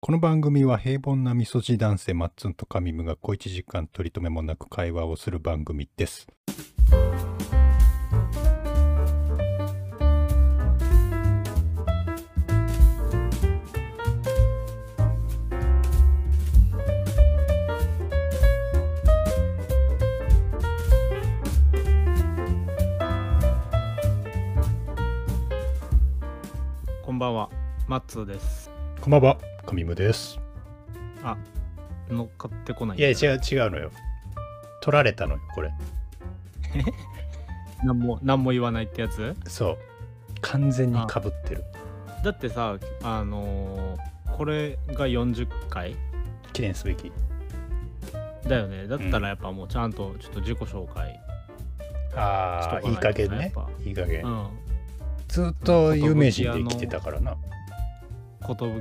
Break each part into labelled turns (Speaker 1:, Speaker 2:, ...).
Speaker 1: この番組は平凡なみそじ男性マッツンとカミムが小一時間取り留めもなく会話をする番組です。
Speaker 2: こんばんは、マッツーです。
Speaker 1: こんばんは、カミムです。
Speaker 2: 乗っかってこない。
Speaker 1: いや、違う、違うのよ。取られたのよ、これ。
Speaker 2: なんも、なんも言わないってやつ
Speaker 1: そう。完全に被ってる。
Speaker 2: だってさ、あのーこれが40回
Speaker 1: 記念すべき。
Speaker 2: だよね。だったらやっぱもうちゃんとちょっと自己紹介。
Speaker 1: あ
Speaker 2: し
Speaker 1: あ、
Speaker 2: と
Speaker 1: いい
Speaker 2: かな
Speaker 1: 加
Speaker 2: いとね
Speaker 1: 減ね
Speaker 2: やっぱ。
Speaker 1: いい加減。
Speaker 2: うん。
Speaker 1: ずっと有名人で来てたからな。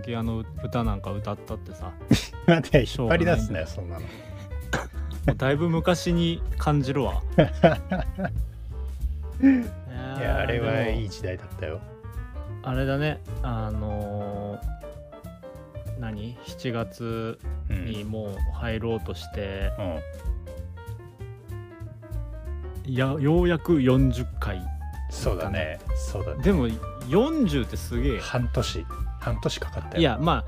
Speaker 2: 寿屋の歌なんか歌ったってさ、
Speaker 1: 待って、引っ張り出すなよ、そんなの。
Speaker 2: もうだいぶ昔に感じ るわ。い
Speaker 1: いや、あれはいい
Speaker 2: い。
Speaker 1: 時代だったよ。
Speaker 2: あれだね、あのー何 ?7 月
Speaker 1: うん。
Speaker 2: にもう入ろうとして、
Speaker 1: うん
Speaker 2: いやようやく40回
Speaker 1: そうだね。そうだね。
Speaker 2: でも40ってすげえ
Speaker 1: 半年。半年かかったよ。
Speaker 2: いやま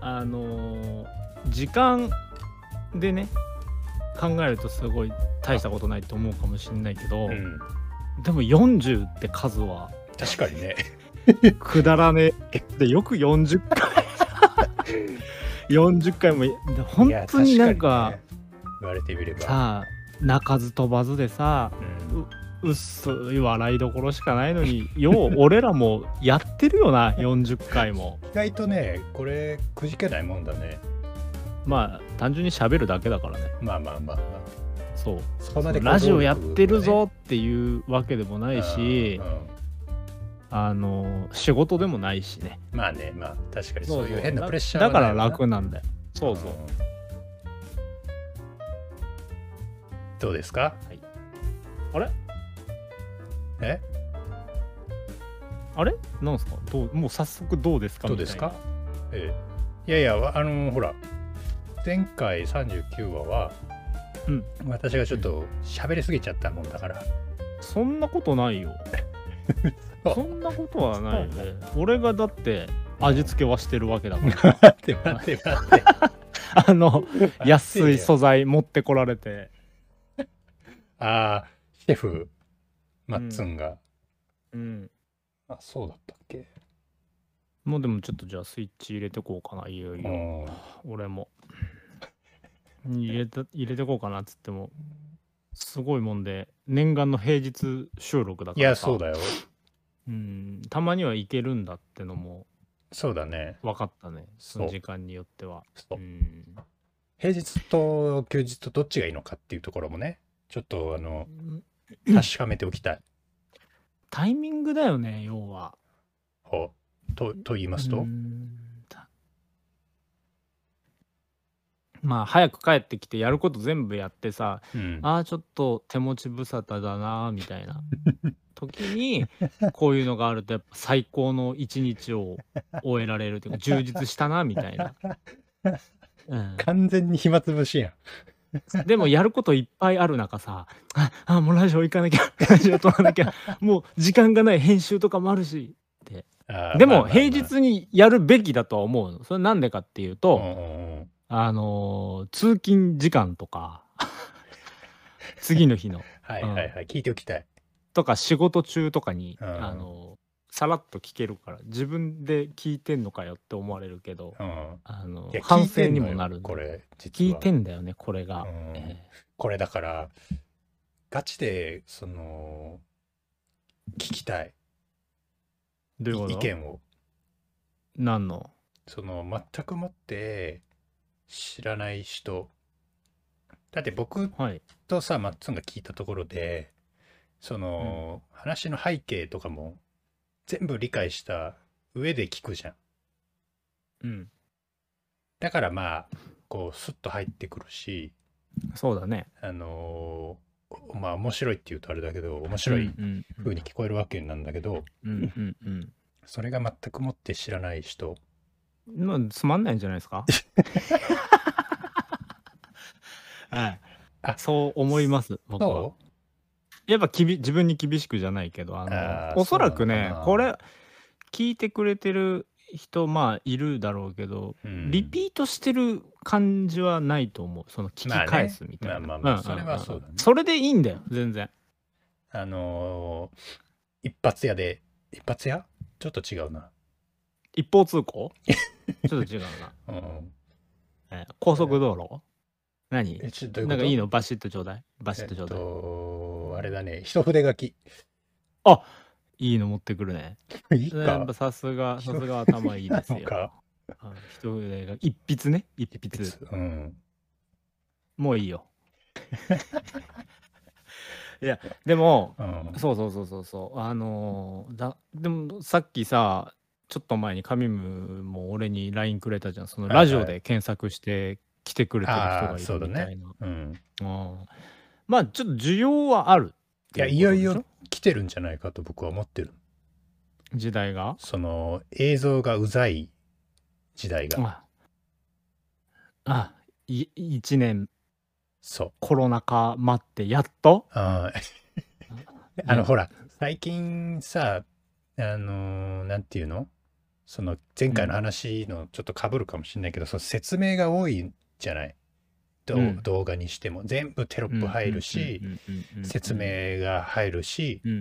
Speaker 2: ああのー時間でね考えるとすごい大したことないと思うかもしれないけど、
Speaker 1: うん。
Speaker 2: でも40って数は
Speaker 1: 確かにね。
Speaker 2: くだらねえ でよく40回40回もで本
Speaker 1: いや
Speaker 2: 当になん
Speaker 1: 確
Speaker 2: か
Speaker 1: にね言われてみれば、
Speaker 2: さあ鳴かず飛ばずでさ
Speaker 1: うん
Speaker 2: うっそい笑いどころしかないのに よう俺らもやってるよな40回も
Speaker 1: 意外とねこれくじけないもんだね
Speaker 2: まあ単純に喋るだけだからね
Speaker 1: まあまあまあ、ま
Speaker 2: そう
Speaker 1: あ、そこまで
Speaker 2: ラジオやってるぞっていうわけでもな
Speaker 1: ない
Speaker 2: しあの仕事でもないしね
Speaker 1: まあねまあ確かに
Speaker 2: そ
Speaker 1: そう
Speaker 2: そ
Speaker 1: う
Speaker 2: う
Speaker 1: いう変なプレッシャー
Speaker 2: だ
Speaker 1: は
Speaker 2: か
Speaker 1: ないよ
Speaker 2: ら
Speaker 1: な
Speaker 2: 楽なんだよそうそう
Speaker 1: うんどうですか
Speaker 2: あれ
Speaker 1: え
Speaker 2: あれなんすかどうもう早速どうですか
Speaker 1: どうですかええいやいやわあのほら前回39話は、
Speaker 2: うん
Speaker 1: 私がちょっと喋りすぎちゃったもんだから、
Speaker 2: みたいなそんなことない よ
Speaker 1: 嘘
Speaker 2: そんなことはないよね俺がだって味付けはしてるわけだから
Speaker 1: 待って待って待って
Speaker 2: あの安い
Speaker 1: そ
Speaker 2: 素材持ってこられて、
Speaker 1: ああ、シェフ、マッツンが。
Speaker 2: うん、
Speaker 1: あ、そうだったっけ
Speaker 2: もうでもちょっとじゃあスイッチ入れてこうかないよいよ
Speaker 1: ん。
Speaker 2: 俺も入れた入れてこうかなっつってもすごいもんで念願の平日収録だか
Speaker 1: い
Speaker 2: ら
Speaker 1: や、
Speaker 2: さ
Speaker 1: そう、だよ。
Speaker 2: うん、たまにはいけるんだってのも
Speaker 1: そうだね。
Speaker 2: 分かったねその
Speaker 1: そう
Speaker 2: 時間によっては
Speaker 1: そううん平日と休日とどっちがいいのかっていうところもね、ちょっとあの、
Speaker 2: うん
Speaker 1: 確かめておきたい。
Speaker 2: タイミングだよね要は
Speaker 1: ほうと、と言います
Speaker 2: う
Speaker 1: と
Speaker 2: ー、んたまあ早く帰ってきてやること全部やってさ
Speaker 1: うん。
Speaker 2: ああちょっと手持ち無沙汰だなーみた いな時にこういうのがあるとやっぱ最高の一日を終えられるというか充実したなみたい な、うん、
Speaker 1: 完全に暇つぶしやん。
Speaker 2: でもやることいっぱいある中さああもうラジオ行かなきゃ ラジオ撮らなきゃもう時間がない編集とかもあるし
Speaker 1: あーまあまあ
Speaker 2: でも
Speaker 1: まあ
Speaker 2: 平日にやるべきだとは思うのそれなんでかっていうと、
Speaker 1: うんうんうん
Speaker 2: あのー通勤時間 とか次の日の
Speaker 1: はいはいはい。聞いておきたい。
Speaker 2: とか仕事中とかに、
Speaker 1: うん
Speaker 2: あのーさらっと聞けるから自分で聞いてんのかよって思われるけど、
Speaker 1: うん。
Speaker 2: あのー
Speaker 1: いや
Speaker 2: 反省にもな
Speaker 1: 聞いてんのよ
Speaker 2: る
Speaker 1: これ、実
Speaker 2: 聞
Speaker 1: はい
Speaker 2: てんだよねこれが、
Speaker 1: うん
Speaker 2: え
Speaker 1: これだから、ガチで、その、聞きたい。
Speaker 2: ーどういうこと
Speaker 1: 意見を。
Speaker 2: 何の
Speaker 1: その全くもって知らない人だって僕
Speaker 2: はい
Speaker 1: とさマッツンが聞いたところでその、話の背景とかも全部理解した上で聞くじゃん
Speaker 2: うん
Speaker 1: だからまあこうスッと入ってくるし
Speaker 2: そうだね
Speaker 1: あのーまあ面白いって言うとあれだけど面白い
Speaker 2: うんう
Speaker 1: 風
Speaker 2: ん
Speaker 1: に聞こえるわけなんだけど、
Speaker 2: うんうんうん
Speaker 1: それが全くもって知らない人
Speaker 2: まあ、つまんないんじゃないで すかはい
Speaker 1: あ
Speaker 2: そう思います僕は
Speaker 1: そ
Speaker 2: やっぱきび自分に厳しくじゃないけどあの
Speaker 1: あー
Speaker 2: おそらく
Speaker 1: そうな
Speaker 2: ね
Speaker 1: のかな
Speaker 2: これ聞いてくれてる人まあいるだろうけど、
Speaker 1: う、うん
Speaker 2: リピートしてる感じはないと思うその聞き
Speaker 1: まあね
Speaker 2: 返すみたいな、
Speaker 1: まあまあまあ
Speaker 2: んんん
Speaker 1: それはそうだね
Speaker 2: それでいいんだよ全然
Speaker 1: あのー一発屋で一発屋ちょっと違うな、
Speaker 2: 一方 通行ちょっと違うな、
Speaker 1: うん、
Speaker 2: えー高速道路何
Speaker 1: えちょどういう
Speaker 2: な
Speaker 1: こと
Speaker 2: んかいいのバシッとちょうだいバシ
Speaker 1: え
Speaker 2: ッ
Speaker 1: っ
Speaker 2: とちょうだい、
Speaker 1: とあれだね一筆書き
Speaker 2: いいの持ってくるね
Speaker 1: いい
Speaker 2: やっ
Speaker 1: か
Speaker 2: ぱさすがさすが頭いいです
Speaker 1: なん
Speaker 2: よ
Speaker 1: か
Speaker 2: うん一筆が一筆ね一筆
Speaker 1: うん
Speaker 2: もういいよ いやでも
Speaker 1: うん
Speaker 2: そうそうそうそうそうあのーだでもさっきさちょっと前にカミムも俺に LINE くれたじゃんその
Speaker 1: はいはい
Speaker 2: ラジオで検索して来てくれてる人
Speaker 1: あー
Speaker 2: がい
Speaker 1: そうだ
Speaker 2: る
Speaker 1: ね
Speaker 2: みたいな、
Speaker 1: うん
Speaker 2: うんまあちょっと需要はあるって
Speaker 1: いや
Speaker 2: うこと
Speaker 1: いよい
Speaker 2: で
Speaker 1: よ
Speaker 2: し
Speaker 1: 来てるんじゃないかと僕は思ってる
Speaker 2: ょ時代が
Speaker 1: その映像がうざい時代が
Speaker 2: ああい1年
Speaker 1: そう
Speaker 2: コロナ禍待ってやっと
Speaker 1: あー あの
Speaker 2: ね
Speaker 1: ほら最近さあのーなんていうのその前回の話のちょっとかぶるかもしれないけど、その説明が多いじゃない、どう
Speaker 2: うん
Speaker 1: 動画にしても全部テロップ入るし、
Speaker 2: うんうんうんうんうん
Speaker 1: 説明が入るし、
Speaker 2: うんうんう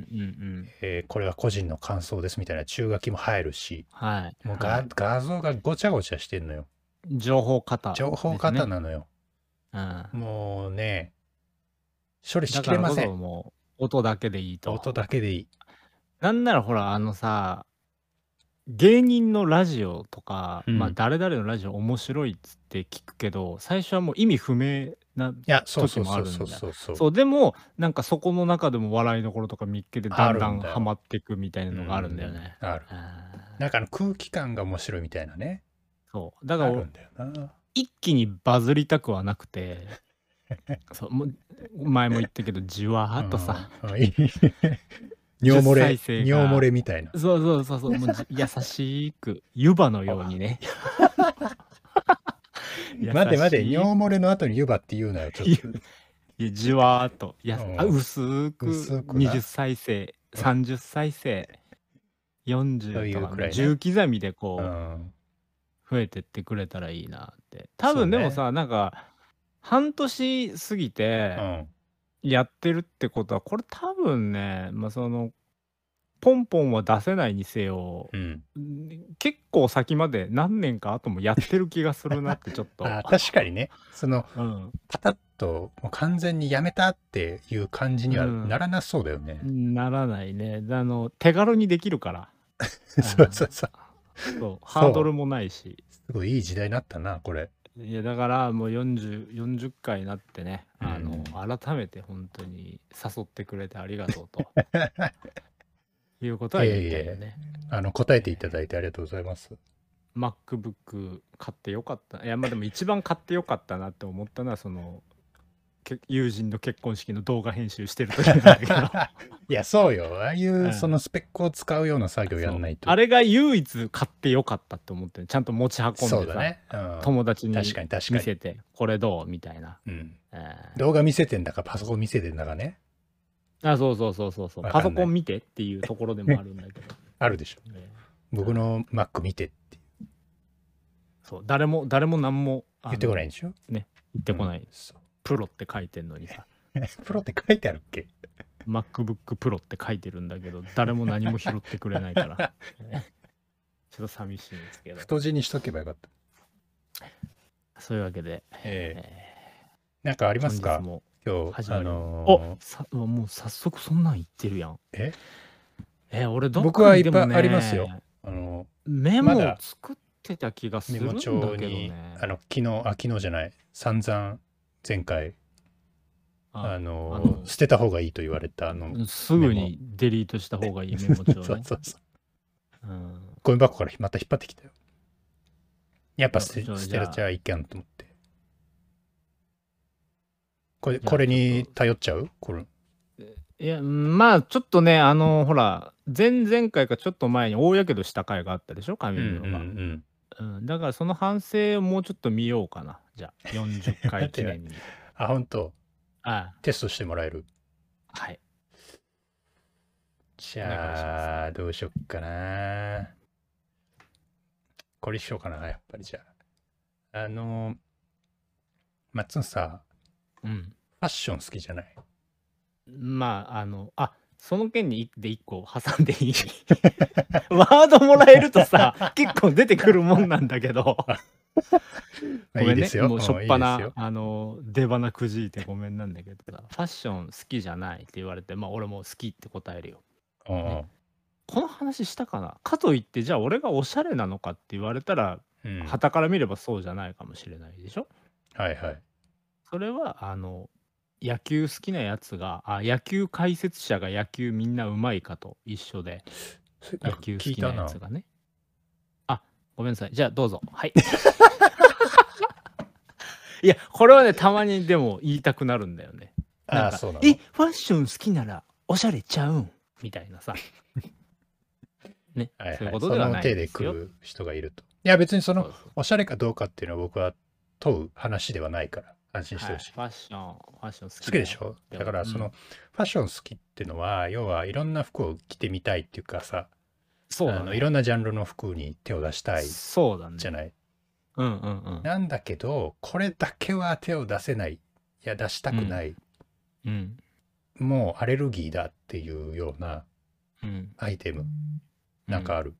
Speaker 2: ん
Speaker 1: えーこれは個人の感想ですみたいな注書きも入るし
Speaker 2: はい
Speaker 1: もうが
Speaker 2: はい
Speaker 1: 画像がごちゃごちゃしてんのよ
Speaker 2: 情報型
Speaker 1: 情報
Speaker 2: です
Speaker 1: 型
Speaker 2: ね
Speaker 1: なのよ、
Speaker 2: うん
Speaker 1: もうね処理し
Speaker 2: だ
Speaker 1: き
Speaker 2: か
Speaker 1: れ
Speaker 2: ら
Speaker 1: ま
Speaker 2: こ
Speaker 1: せ
Speaker 2: そ
Speaker 1: ん
Speaker 2: もう音だけでいいと
Speaker 1: 音だけでいい
Speaker 2: なんならほらあのさ芸人のラジオとか、
Speaker 1: うん
Speaker 2: まあ誰々のラジオ面白いっつって聞くけど最初はもう意味不明ない
Speaker 1: やそうそう
Speaker 2: 時もあ
Speaker 1: そ
Speaker 2: る
Speaker 1: うんそ
Speaker 2: だ
Speaker 1: うそうそう
Speaker 2: そうでもなんかそこの中でも笑いどころとか見っけてだんだ
Speaker 1: あるん
Speaker 2: ん
Speaker 1: だよ
Speaker 2: ハマっていくみたいなのがあるんだよね。
Speaker 1: うんある
Speaker 2: あー
Speaker 1: なんかあの空気感が面白いみたいなね
Speaker 2: そうだ
Speaker 1: あ
Speaker 2: から
Speaker 1: る
Speaker 2: 俺
Speaker 1: んだよな
Speaker 2: 一気にバズりたくはなくて そうもう前も言ったけどじわーっとさ、
Speaker 1: うん うんいい尿漏
Speaker 2: 再
Speaker 1: れ
Speaker 2: 生が
Speaker 1: 尿漏れみたいな
Speaker 2: そうそうそう そうもうじ優しく湯葉のようにね優しい
Speaker 1: 待て待て尿漏れの後に湯葉って言うなよちょっと
Speaker 2: いやじわーっとやす
Speaker 1: うん
Speaker 2: あ薄く
Speaker 1: 薄くな
Speaker 2: 20再生30再生
Speaker 1: そうい
Speaker 2: 40
Speaker 1: う
Speaker 2: とか、
Speaker 1: くらいね
Speaker 2: 10刻みでこ
Speaker 1: う
Speaker 2: う、
Speaker 1: ん
Speaker 2: 増えてってくれたらいいなって多
Speaker 1: そう
Speaker 2: 分
Speaker 1: ね
Speaker 2: でもさ、なんか半年過ぎ
Speaker 1: う
Speaker 2: て
Speaker 1: ん
Speaker 2: やってるってことはこれ多分ねまあそのポンポンは出せないにせよ
Speaker 1: うん
Speaker 2: 結構先まで何年か後もやってる気がするなってちょっ と、
Speaker 1: あ確かにねその
Speaker 2: うん、
Speaker 1: パタッともう完全にやめたっていう感じにはならなそうだよね、
Speaker 2: ならないねあの手軽にできるから
Speaker 1: そうそうそう
Speaker 2: そうハードルもないし
Speaker 1: すごいいい時代になったなこれ
Speaker 2: いやだからもう 40, 40回になってね、あ
Speaker 1: う
Speaker 2: の改めて本当に誘ってくれてありがと うということは言いたいよね。
Speaker 1: あの答えていただいてありがとうございます。
Speaker 2: MacBook 買ってよかったいやまあでも一番買ってよかったなって思ったのはそのけ友人の結婚式の動画編集してる時なんだけど
Speaker 1: いやそうよああいう、
Speaker 2: うん
Speaker 1: そのスペックを使うような作業やんないと
Speaker 2: あれが唯一買ってよかったって思ってるちゃんと持ち運んでさ、
Speaker 1: そうだね、うん、
Speaker 2: 友達に
Speaker 1: 確かに確か
Speaker 2: 見
Speaker 1: に、
Speaker 2: せてこれどうみたいな、
Speaker 1: うん、
Speaker 2: えー
Speaker 1: 動画見せてんだかパソコン見せてんだかね
Speaker 2: あそうそうそうそうそう
Speaker 1: わかん
Speaker 2: パ
Speaker 1: ない
Speaker 2: ソコン見てっていうところでもあるんだけ ど、
Speaker 1: あるでしょ
Speaker 2: ね
Speaker 1: 僕の Mac 見てって
Speaker 2: そう誰も誰も何もあの
Speaker 1: 言ってこないんでしょ
Speaker 2: 言ってこない、
Speaker 1: うんそう
Speaker 2: プロって書いてんのにさ
Speaker 1: プロって書いてあるっけ
Speaker 2: MacBook プロって書いてるんだけど誰も何も拾ってくれないから ちょっと寂しいんですけど
Speaker 1: 太字にしとけばよかった
Speaker 2: そういうわけで、
Speaker 1: ええ
Speaker 2: え
Speaker 1: なんかあり
Speaker 2: ー
Speaker 1: ます
Speaker 2: 本
Speaker 1: か
Speaker 2: 日も
Speaker 1: 今日
Speaker 2: 始ま
Speaker 1: あ
Speaker 2: り
Speaker 1: の
Speaker 2: お
Speaker 1: ー
Speaker 2: さもう早速そんなん言ってるやん
Speaker 1: え
Speaker 2: えー俺どっ
Speaker 1: 僕はい
Speaker 2: か
Speaker 1: っ
Speaker 2: に
Speaker 1: ぱい
Speaker 2: でも、ね、
Speaker 1: ありますよあの
Speaker 2: メ
Speaker 1: ま
Speaker 2: モを
Speaker 1: だ
Speaker 2: 作ってた気がす
Speaker 1: メ
Speaker 2: るん
Speaker 1: モ
Speaker 2: だけ
Speaker 1: 帳
Speaker 2: ど
Speaker 1: に、
Speaker 2: ね
Speaker 1: あの昨日あ昨日じゃない散々前回あ
Speaker 2: あ
Speaker 1: の
Speaker 2: あの
Speaker 1: 捨てた方がいいと言われたあの、
Speaker 2: すぐにデリートした方がいいメモ
Speaker 1: そう
Speaker 2: 帳
Speaker 1: そう
Speaker 2: ね
Speaker 1: そう
Speaker 2: うん
Speaker 1: ゴミ箱からまた引っ張ってきたよ。やっぱ捨て
Speaker 2: じゃあ
Speaker 1: 捨てらちゃいけんと思って。これ
Speaker 2: じゃあ
Speaker 1: これに頼っちゃうこれ。
Speaker 2: いやうんまあちょっとねあのほら前々回かちょっと前に大やけどした回があったでしょ神
Speaker 1: うん
Speaker 2: 室が、
Speaker 1: うん
Speaker 2: うん、だからその反省をもうちょっと見ようかな。じゃあ、40回記 念に。
Speaker 1: あ、本当
Speaker 2: あ
Speaker 1: テストしてもらえる。
Speaker 2: はい。
Speaker 1: じ
Speaker 2: お願いし
Speaker 1: ゃ
Speaker 2: ま
Speaker 1: あ、どうしよっかな。これしようかな、やっぱりじゃあ。あの、松野さ、
Speaker 2: うん。
Speaker 1: ファッション好きじゃない
Speaker 2: まあ、あの、あその件に一で一個挟んでいい ワードもらえると さ、結構出てくるもんなんだけど。
Speaker 1: ま
Speaker 2: ご
Speaker 1: あ
Speaker 2: めんね
Speaker 1: いいですよ。
Speaker 2: もうしょ
Speaker 1: う
Speaker 2: っ
Speaker 1: んいい
Speaker 2: ぱ
Speaker 1: で
Speaker 2: な、
Speaker 1: すよ
Speaker 2: あの、出花くじいてごめんなんだけどさ、ファッション好きじゃないって言われて、まあ俺も好きって答えるよ。この話したかなかといって、じゃあ俺がおしゃれなのかって言われたら、
Speaker 1: うんうんうん
Speaker 2: 旗から見ればそうじゃないかもしれないでしょ
Speaker 1: はいはい。
Speaker 2: それはあの野球好きなやつがあ野球解説者が野球みんなうまいかと一緒で
Speaker 1: それ
Speaker 2: 野球好
Speaker 1: 聞い
Speaker 2: き
Speaker 1: た
Speaker 2: なや
Speaker 1: な。
Speaker 2: つがねあごめんなさいじゃあどうぞ はいいやこれはねたまにでも言いたくなるんだよね
Speaker 1: あ
Speaker 2: なん
Speaker 1: あ、
Speaker 2: か
Speaker 1: そうなの
Speaker 2: えファッション好きならおしゃれちゃうんみたい なさね、
Speaker 1: はいはい
Speaker 2: そういうことではない
Speaker 1: その手
Speaker 2: で
Speaker 1: です
Speaker 2: よ
Speaker 1: 来る人がいると。いや、別にそ
Speaker 2: そ
Speaker 1: の
Speaker 2: うそう
Speaker 1: おしゃれかどうかっていうのは僕は問う話ではないから、安心して
Speaker 2: はい
Speaker 1: ほしい。
Speaker 2: ファッションファッション好き
Speaker 1: 好きでしょ
Speaker 2: で
Speaker 1: だからその、
Speaker 2: うん
Speaker 1: ファッション好きってのは要はいろんな服を着てみたいっていうかさ
Speaker 2: そう
Speaker 1: あ
Speaker 2: だ
Speaker 1: の
Speaker 2: ね
Speaker 1: いろんなジャンルの服に手を出したい
Speaker 2: そうだね
Speaker 1: じゃない、
Speaker 2: うんうんうん
Speaker 1: なんだけどこれだけは手を出せないいや出したくない、
Speaker 2: うん
Speaker 1: もうアレルギーだっていうような
Speaker 2: うん
Speaker 1: アイテムなんかある、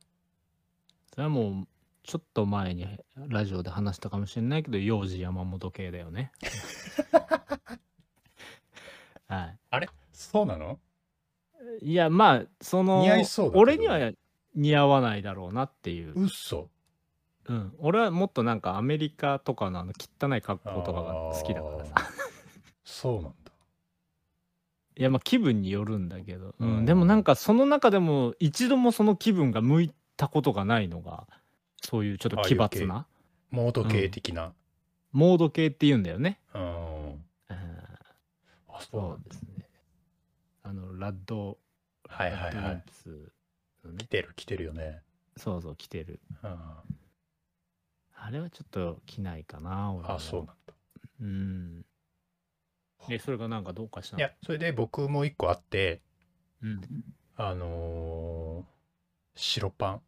Speaker 2: それはもうちょっと前にラジオで話したかもしれないけど幼児山本系だ よねは
Speaker 1: あれそうなの
Speaker 2: いいやまあその
Speaker 1: 似合いそうだけど
Speaker 2: 俺には似合わないだろうなっていう、
Speaker 1: 嘘
Speaker 2: うん、俺はもっとなんかアメリカとかのあの汚い格好とかが好きだからさ
Speaker 1: あーそうなんだ
Speaker 2: いやまあ気分によるんだけど、うん
Speaker 1: うん
Speaker 2: でもなんかその中でも一度もその気分が向いたことがないのがそういうちょっと奇
Speaker 1: ああい
Speaker 2: 抜
Speaker 1: う系
Speaker 2: な
Speaker 1: モード系的な
Speaker 2: モード系って言うんだよね。
Speaker 1: うん
Speaker 2: うん
Speaker 1: あそうな
Speaker 2: そ
Speaker 1: んだ
Speaker 2: うですね。あのラッド
Speaker 1: はいはい
Speaker 2: ラ
Speaker 1: は
Speaker 2: ッドウ
Speaker 1: い
Speaker 2: ィンプスのね
Speaker 1: 来てる来てるよね、
Speaker 2: そうそう着てる。
Speaker 1: うん、
Speaker 2: あれはちょっと着ないかな俺は
Speaker 1: あそうなんだ
Speaker 2: うん。でそれがなんかどうかした
Speaker 1: いや、それで僕も一個あって、
Speaker 2: うん、
Speaker 1: あのー白パン。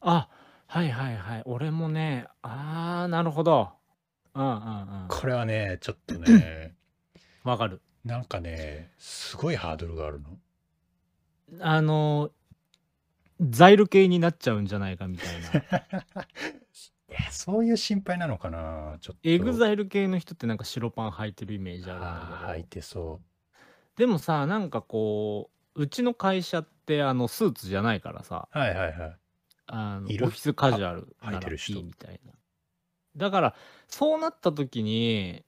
Speaker 2: あはいはいはい俺もねあーなるほど。うんうんうん。
Speaker 1: これはね、ちょっとね、
Speaker 2: わかる。
Speaker 1: なんかね、すごいハードルがあるの。
Speaker 2: あのザイル系になっちゃうんじゃないかみたい な。
Speaker 1: いや、そういう心配なのかな、ちょっと。
Speaker 2: エグ
Speaker 1: イ
Speaker 2: ザイル系の人ってなんか白パン履いてるイメージあるんだけど。
Speaker 1: 履いてそ
Speaker 2: でもさなんかこううちの会社ってあのスーツじゃないからさ
Speaker 1: う。はいはいはい。
Speaker 2: あの
Speaker 1: いる
Speaker 2: オフィスカジュアル
Speaker 1: あ
Speaker 2: な
Speaker 1: 履いて
Speaker 2: らい
Speaker 1: る人
Speaker 2: いみたいなだからそうなった時に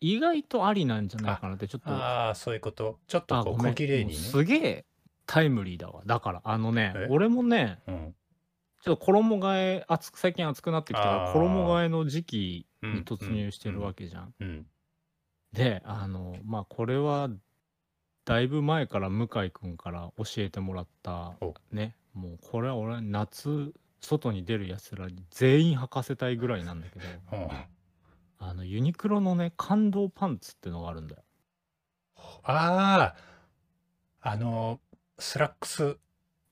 Speaker 2: 意外とありなんじゃないかなってちょっと
Speaker 1: ああ、そういうこと。ちょっとこ
Speaker 2: ご
Speaker 1: う、
Speaker 2: めん
Speaker 1: 小綺麗
Speaker 2: も
Speaker 1: に
Speaker 2: う
Speaker 1: ね。
Speaker 2: すげえタイムリーだわだからあのね
Speaker 1: え
Speaker 2: 俺もね
Speaker 1: うん。
Speaker 2: ちょっと衣替え暑く最近暑くなってきたか
Speaker 1: あ
Speaker 2: ら
Speaker 1: ー
Speaker 2: 衣替えの時期
Speaker 1: うん
Speaker 2: に突入してるわ
Speaker 1: け。
Speaker 2: けじゃん、
Speaker 1: うん。
Speaker 2: であのまあこれはだいぶ前から向井君から教えてもらった
Speaker 1: お
Speaker 2: ねもうこれは俺夏外に出るやつらに全員履かせたいぐらいなんだ けど
Speaker 1: うんうん
Speaker 2: あのユニクロのね感動パンツってのがあるんだよ
Speaker 1: ああ、あのースラックス。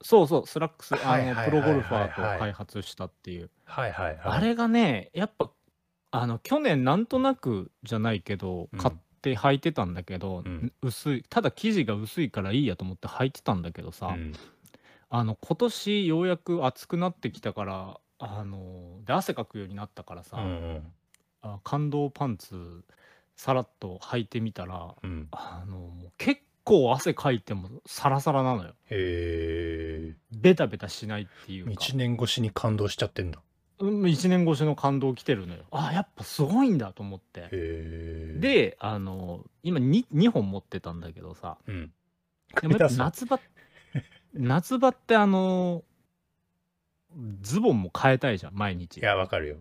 Speaker 2: そうそうスラックス
Speaker 1: は
Speaker 2: あ
Speaker 1: いはい
Speaker 2: の
Speaker 1: はい
Speaker 2: プロゴルファー
Speaker 1: はいはいはい
Speaker 2: と開発したっていう
Speaker 1: はいはいはい。
Speaker 2: あれがねやっぱあの去年なんとなくじゃないけど
Speaker 1: うん
Speaker 2: 買って履いてたんだけど、
Speaker 1: うん
Speaker 2: 薄いただ生地が薄いからいいやと思って履いてたんだけどさ、
Speaker 1: うん
Speaker 2: あの今年ようやく暑くなってきたからあので汗かくようになったからさ、
Speaker 1: うんうん
Speaker 2: あ感動パンツさらっと履いてみたら
Speaker 1: うん。
Speaker 2: あのもう結構汗かいてもサラサラなのよ
Speaker 1: へえ。
Speaker 2: ベタベタしないっていうか
Speaker 1: 1年越しに感動しちゃってんだ。
Speaker 2: うん1年越しの感動来てるのよあやっぱすごいんだと思って
Speaker 1: へえ。、
Speaker 2: であの今 2, 2本持ってたんだけどさ
Speaker 1: うん。
Speaker 2: でもや
Speaker 1: 下手
Speaker 2: っぱ
Speaker 1: そう
Speaker 2: 夏場夏場ってあのズボンも変えたいじゃん毎日
Speaker 1: いや、わかるよ。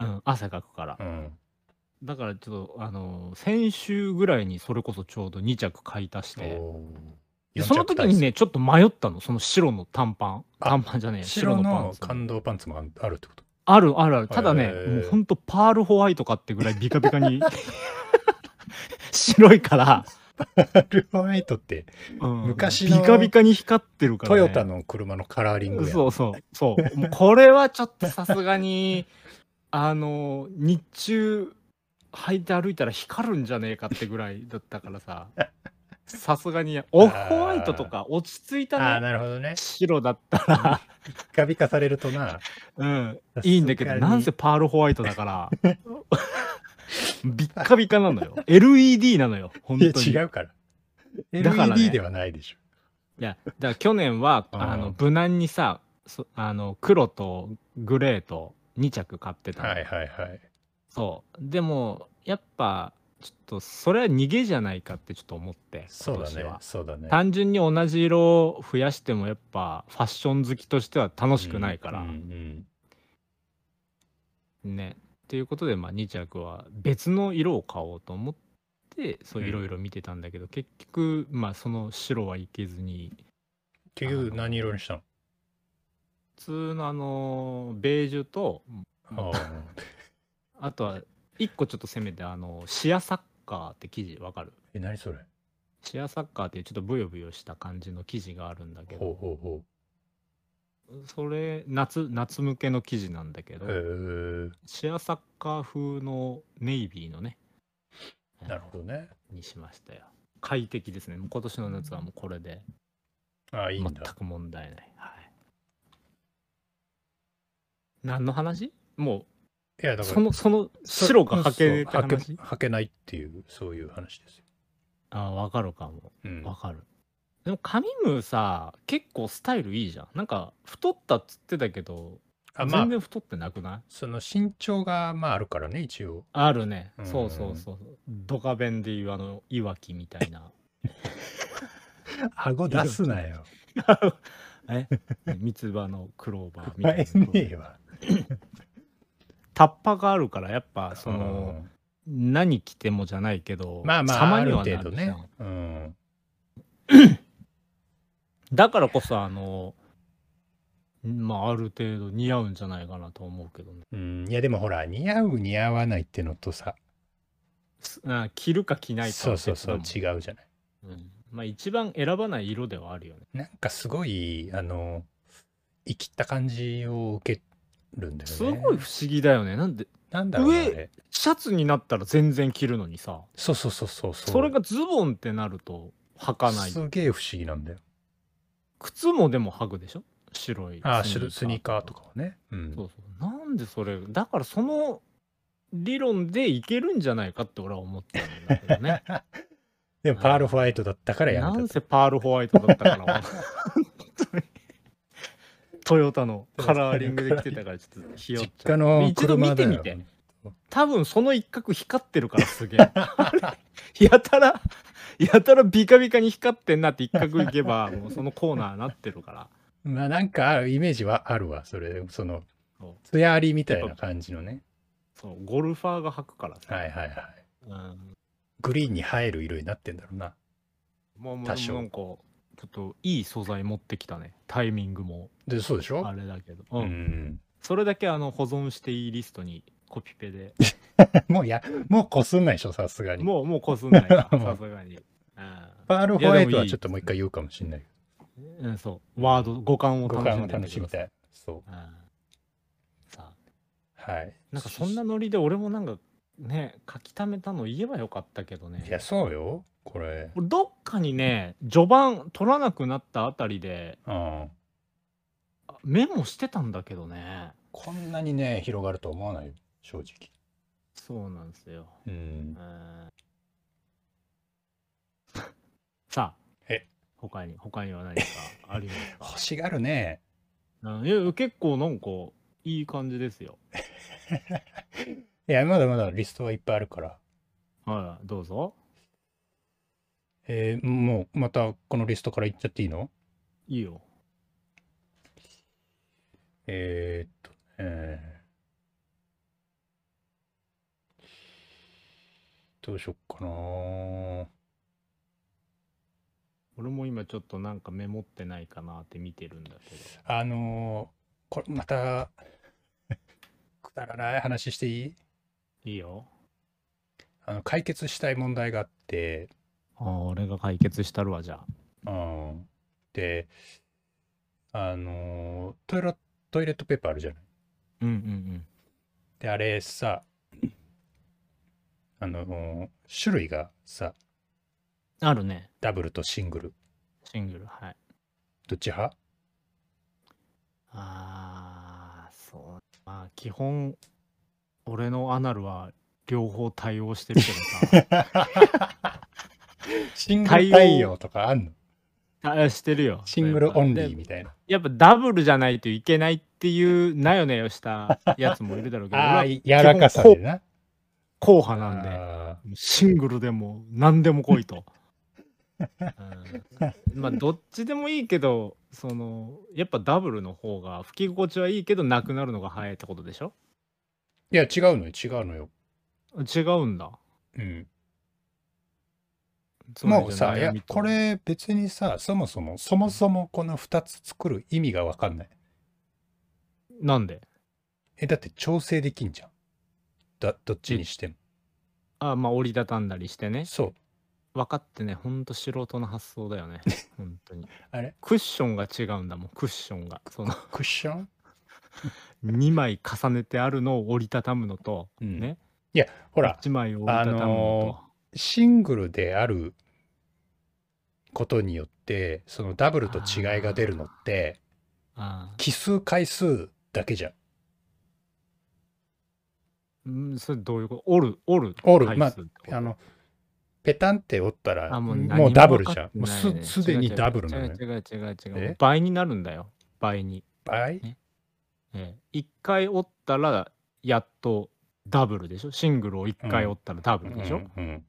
Speaker 2: うん、汗かくから
Speaker 1: う、ん。
Speaker 2: だからちょっとあの先週ぐらいにそれこそちょうど2着買い足して
Speaker 1: お
Speaker 2: でその時にね、ちょっと迷ったの、その白の短パン。
Speaker 1: あ
Speaker 2: 短パンじゃねえ、
Speaker 1: 白
Speaker 2: 白のパン
Speaker 1: の
Speaker 2: ツ。
Speaker 1: 感動パンツもあるって こと
Speaker 2: あるあるある。ただ
Speaker 1: へ
Speaker 2: ね、
Speaker 1: ー
Speaker 2: もうほんとパールホワイトかってぐらいビカビカに 白いから、
Speaker 1: パールホワイトって
Speaker 2: うん
Speaker 1: 昔の
Speaker 2: ビカビカに光ってるから、
Speaker 1: ト
Speaker 2: ね。
Speaker 1: ヨタの車のカラーリングや
Speaker 2: そうそうそう。もうこれはちょっとさすが に、あの、日中履いて歩いたら光るんじゃねえかってぐらいだったからさ、さすがにオフホワイトとか落ち着い
Speaker 1: あ
Speaker 2: た
Speaker 1: あ
Speaker 2: ね。
Speaker 1: なるほどね
Speaker 2: 白だったら、
Speaker 1: ビカビカされるとな
Speaker 2: うん、いいんだけど、
Speaker 1: さすがに
Speaker 2: なんせパールホワイトだから、ビッカビカなのよ。LED なのよ、本
Speaker 1: いや
Speaker 2: 当に。
Speaker 1: 違うから
Speaker 2: だからね
Speaker 1: LED ではないでしょ
Speaker 2: いやだから去年は
Speaker 1: あー
Speaker 2: あの無難にさそあの黒とグレーと2着買ってたの、
Speaker 1: はいはいはい
Speaker 2: そうでもやっぱちょっとそれは逃げじゃないかってちょっと思って
Speaker 1: そうだ
Speaker 2: 今年
Speaker 1: ね
Speaker 2: は
Speaker 1: そうだね
Speaker 2: 単純に同じ色を増やしてもやっぱファッション好きとしては楽しくないから、
Speaker 1: うんうん
Speaker 2: ねっていうことで、まあ、2着は別の色を買おうと思ってそう
Speaker 1: うん
Speaker 2: いろいろ見てたんだけど、結局まあその白はいけずに
Speaker 1: 結局何色にしたの
Speaker 2: 普通のあのベージュと
Speaker 1: あ ー
Speaker 2: あとは一個ちょっと攻めてあのシアサッカーって記事わかる
Speaker 1: え何それ
Speaker 2: シアサッカーっていうちょっとブヨブヨした感じの記事があるんだけ
Speaker 1: ほう
Speaker 2: ど
Speaker 1: ほうほ
Speaker 2: それ夏夏向けの記事なんだけど
Speaker 1: うへー
Speaker 2: シアサッカー風のネイビーのね
Speaker 1: なるほどね
Speaker 2: にしましたよ快適ですねもう今年の夏はもうこれで
Speaker 1: ああいいん
Speaker 2: 全
Speaker 1: だ
Speaker 2: く問題ないはい何の話も
Speaker 1: いやだ
Speaker 2: う
Speaker 1: から
Speaker 2: そのその
Speaker 1: そ
Speaker 2: 白が履ける
Speaker 1: そう履
Speaker 2: 話
Speaker 1: け履けないっていうそういう話ですよ
Speaker 2: あ分かるかも
Speaker 1: うん
Speaker 2: わかる。でもカミムさ結構スタイルいいじゃん。なんか太ったっつってたけど、
Speaker 1: あまあ
Speaker 2: 全然太ってなくない
Speaker 1: その身長がまああるからね一応
Speaker 2: あるね、
Speaker 1: うん
Speaker 2: そうそうそう。ドカベンでいうあのいわきみたい な。
Speaker 1: 顎出すなよ
Speaker 2: え三つ葉のクローバーみたい
Speaker 1: え
Speaker 2: な。
Speaker 1: ねえわ
Speaker 2: タッパがあるからやっぱその、何着てもじゃないけど、
Speaker 1: まあまあ
Speaker 2: 様
Speaker 1: あ
Speaker 2: に
Speaker 1: る
Speaker 2: はな
Speaker 1: 程度
Speaker 2: じゃん
Speaker 1: ねうん
Speaker 2: だからこそあのまあある程度似合うんじゃないかなと思うけどね。
Speaker 1: うんいやでもほら似合う似合わないってのとさ
Speaker 2: すあ着るか着ないか
Speaker 1: そ
Speaker 2: は
Speaker 1: うそう
Speaker 2: 別
Speaker 1: そ
Speaker 2: だ
Speaker 1: う
Speaker 2: もんね
Speaker 1: 違うじゃない
Speaker 2: うんまあ一番選ばない色ではあるよね。
Speaker 1: なんかすごいあの生きった感じを受けるんだよね
Speaker 2: すごい不思議だよね。なんで
Speaker 1: なんだろうなあ
Speaker 2: 上
Speaker 1: れ
Speaker 2: シャツになったら全然着るのにさ、
Speaker 1: そうそうそうそうう
Speaker 2: それがズボンってなると履かない。
Speaker 1: すげえ不思議なんだよ
Speaker 2: 靴もでも履くでしょ白い。
Speaker 1: ああスニーカーと。かはねうん
Speaker 2: そうそう。なんでそれ、だからその理論でいけるんじゃないかって俺は思ってるんだけど ね。
Speaker 1: でもパールホワイトだったからや
Speaker 2: な
Speaker 1: め
Speaker 2: ん
Speaker 1: た
Speaker 2: せパールホワイトだったから、 本当にトヨタのカラーリングで着てたからちょっとひよっ
Speaker 1: 実
Speaker 2: ちゃ
Speaker 1: 家
Speaker 2: う
Speaker 1: の
Speaker 2: 一度見
Speaker 1: 車だ
Speaker 2: て
Speaker 1: よ
Speaker 2: みて。多分その一角光ってるからすげ え。やたら、やたらビカビカに光ってんなって一角行け ば、もうそのコーナーなってるから。
Speaker 1: まあなんかあるイメージはあるわそれその
Speaker 2: そ
Speaker 1: ツヤありみたいな感じのね
Speaker 2: そう、ゴルファーが履くからさ。
Speaker 1: はいはいはい
Speaker 2: うん、
Speaker 1: グリーンに映える色になってんだろうな
Speaker 2: もう、もう、な
Speaker 1: 多少
Speaker 2: んか、ちょっといい素材持ってきたね。タイミングも、
Speaker 1: でそうでし
Speaker 2: あ
Speaker 1: ょ
Speaker 2: れだけど。
Speaker 1: う
Speaker 2: うん。
Speaker 1: ん
Speaker 2: それだけ、あの、保存していいリストにコピペで。
Speaker 1: もうやもうこすんないでしょさすがに
Speaker 2: もう、 もうこすんないか
Speaker 1: もう
Speaker 2: さすがに。うん
Speaker 1: パールホワイト
Speaker 2: いやでも
Speaker 1: はい
Speaker 2: い
Speaker 1: ちょっともう一回言うかもしれないけ
Speaker 2: うん、そう。ワード、五感を
Speaker 1: ど五
Speaker 2: 楽し
Speaker 1: 感
Speaker 2: ん
Speaker 1: を
Speaker 2: でみ
Speaker 1: 楽
Speaker 2: て
Speaker 1: し
Speaker 2: くだ
Speaker 1: み
Speaker 2: さい。
Speaker 1: たいそう
Speaker 2: うんさあ。
Speaker 1: はい
Speaker 2: なんかそんなノリで俺もなんかね書き溜めたの言えばよかったけどね
Speaker 1: いやそうよこれ
Speaker 2: 俺どっかにね序盤取らなくなったあたりで
Speaker 1: うん
Speaker 2: あメモしてたんだけどね
Speaker 1: こんなにね広がると思わないよ正直
Speaker 2: そうなんですよ
Speaker 1: うん
Speaker 2: うーんさあ
Speaker 1: え
Speaker 2: 他に他には何かありますか
Speaker 1: 欲しがるね
Speaker 2: うんいやいや結構なんかいい感じですよ
Speaker 1: いやまだまだリストはいっぱいあるから
Speaker 2: はいどうぞ
Speaker 1: えーもうまたこのリストからいっちゃっていいの
Speaker 2: いいよ
Speaker 1: えーっと、えーどうしよっかな
Speaker 2: 俺も今ちょっとなんかメモってないかなって見てるんだけど。
Speaker 1: あのーこれまたくだらない話していい
Speaker 2: いいよ。
Speaker 1: あの解決したい問題があって、
Speaker 2: ああ、俺が解決したるわ、じゃあ。
Speaker 1: うん、であのートイレトイレットペーパーあるじゃない
Speaker 2: うんうん
Speaker 1: であれさあのー種類がさ
Speaker 2: うん。あるね。
Speaker 1: ダブルとシングル
Speaker 2: シングル、はい。
Speaker 1: どっち 派
Speaker 2: ああ、そう。まあ、基本、俺のアナルは両方対応してるけどさ。
Speaker 1: シングル対応とかあんの
Speaker 2: あしてるよ。
Speaker 1: シングルオンリ
Speaker 2: やっぱ
Speaker 1: ーみたいな
Speaker 2: やっぱダブルじゃないといけないっていうなよなよしたやつもいるだろうけ ど、
Speaker 1: ああ
Speaker 2: 俺は
Speaker 1: 柔らかさでな
Speaker 2: 硬派なんで。
Speaker 1: あ
Speaker 2: シングルでも何でも来 いと。うんまあどっちでもいいけどそのやっぱダブルの方が吹き心地はいいけどなくなるのが早いってことでしょ
Speaker 1: ーいや違うのよ違うのよ、
Speaker 2: 違うんだ。
Speaker 1: うん、
Speaker 2: つまり
Speaker 1: もうさ、い
Speaker 2: じゃあ
Speaker 1: や
Speaker 2: 悩み、と
Speaker 1: これ別にさ、そもそも、そもそもこの2つ作る意味がわかんない。
Speaker 2: なんで
Speaker 1: え、だって調整できんじゃん。だ、どっちにしても。
Speaker 2: あまあ折りたたんだりしてね
Speaker 1: そう。
Speaker 2: 分かってねほんと素人の発想だよね本当に
Speaker 1: あれ
Speaker 2: クッションが違うんだもんクッションがその
Speaker 1: クッション
Speaker 2: 2枚重ねてあるのを折りたたむのと、
Speaker 1: うん
Speaker 2: ね
Speaker 1: ほら、
Speaker 2: 1枚を折りたたむのと、
Speaker 1: あのシングルであることによって、そのダブルと違いが出るのって、
Speaker 2: あー
Speaker 1: 奇数回数だけじゃん。
Speaker 2: うん、それどういうこと折る折る
Speaker 1: 折るま
Speaker 2: 回数ってこと
Speaker 1: あの、ペタンって折ったら、
Speaker 2: あ
Speaker 1: も
Speaker 2: も
Speaker 1: う
Speaker 2: う
Speaker 1: ダブルじゃん。も
Speaker 2: 何
Speaker 1: う
Speaker 2: も分かってないね
Speaker 1: すすでにダブルなのよ
Speaker 2: 違。う違う違う違う違
Speaker 1: え
Speaker 2: う倍になるんだよ倍に、
Speaker 1: 倍
Speaker 2: ええ、1回折ったらやっとダブルでしょシングルを1回折ったらダブルでしょ、
Speaker 1: うんうん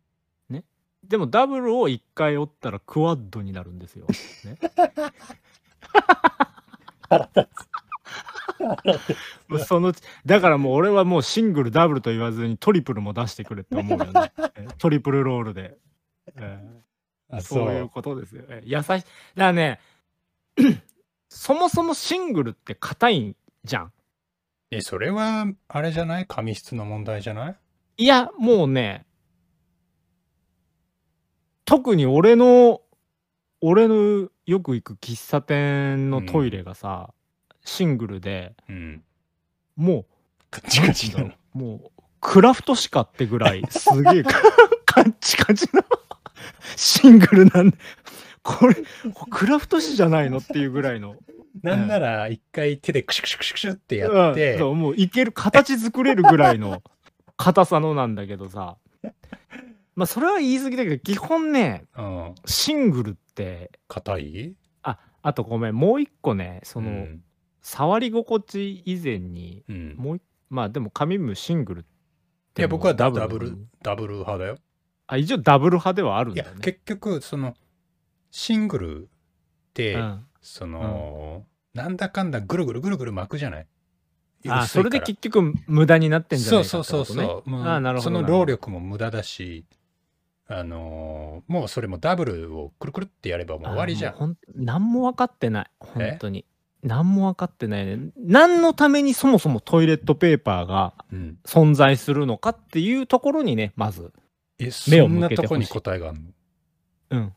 Speaker 2: でもダブルを1回折ったらクワッドになるんですよ、ね、もうそのだからもう俺はもうシングルダブルと言わずにトリプルも出してくれって思う よねええトリプルロールで、ええ
Speaker 1: あ
Speaker 2: そういうことですよ。え優しい。だからね、 そもそもシングルって硬いじゃん。
Speaker 1: え、それは、あれじゃない紙質の問題じゃない
Speaker 2: いや、もうね、特に俺の、俺のよく行く喫茶店のトイレがさ、シングルで
Speaker 1: うん。
Speaker 2: も
Speaker 1: カチカチ
Speaker 2: う、
Speaker 1: な
Speaker 2: な
Speaker 1: んの
Speaker 2: だ。ろうもう、クラフトしかってぐらい、すげえ かカッチカチのシングルなんで、これ、クラフト紙じゃないのっていうぐらいの。
Speaker 1: なんなら、一回手でクシュクシュクシュクシュってやっ
Speaker 2: う
Speaker 1: て
Speaker 2: ん、そうもういける形作れるぐらいの硬さのなんだけどさまあそれは言い過ぎだけど基本ね
Speaker 1: うん。
Speaker 2: シングルって
Speaker 1: 硬い
Speaker 2: ああとごめんもう一個ねその、
Speaker 1: うん
Speaker 2: 触り心地以前に
Speaker 1: うん。
Speaker 2: もう一まあでも紙ムシングルって
Speaker 1: いや、僕はダブル、ダブ
Speaker 2: だも
Speaker 1: ル
Speaker 2: ん、
Speaker 1: ダブル派だよ。
Speaker 2: あ一応ダブル派ではあるん
Speaker 1: い
Speaker 2: だ
Speaker 1: や
Speaker 2: よね、
Speaker 1: 結局、その、シングルって、
Speaker 2: うん
Speaker 1: その、なんだかんだぐるぐるぐるぐる巻くじゃない
Speaker 2: あ
Speaker 1: 薄いか
Speaker 2: それ
Speaker 1: ら
Speaker 2: で結局無駄になってんじゃ
Speaker 1: そ
Speaker 2: な
Speaker 1: う
Speaker 2: いか
Speaker 1: そ
Speaker 2: っ
Speaker 1: うそ
Speaker 2: て
Speaker 1: う
Speaker 2: ことね
Speaker 1: そう、もう
Speaker 2: あーなるほど
Speaker 1: その
Speaker 2: なるほど
Speaker 1: 労力も無駄だしあのーもうそれもダブルをくるくるってやればもう終わりじゃ
Speaker 2: あ
Speaker 1: ん
Speaker 2: ーもうほん何も分かってない本当に何も分かってないね何のためにそもそもトイレットペーパーが
Speaker 1: うん
Speaker 2: 存在するのかっていうところにねまず
Speaker 1: え
Speaker 2: 目
Speaker 1: そ
Speaker 2: を
Speaker 1: ん
Speaker 2: 向
Speaker 1: な
Speaker 2: け
Speaker 1: と
Speaker 2: てほ
Speaker 1: こ
Speaker 2: し
Speaker 1: に
Speaker 2: い
Speaker 1: 答えがあるの
Speaker 2: うん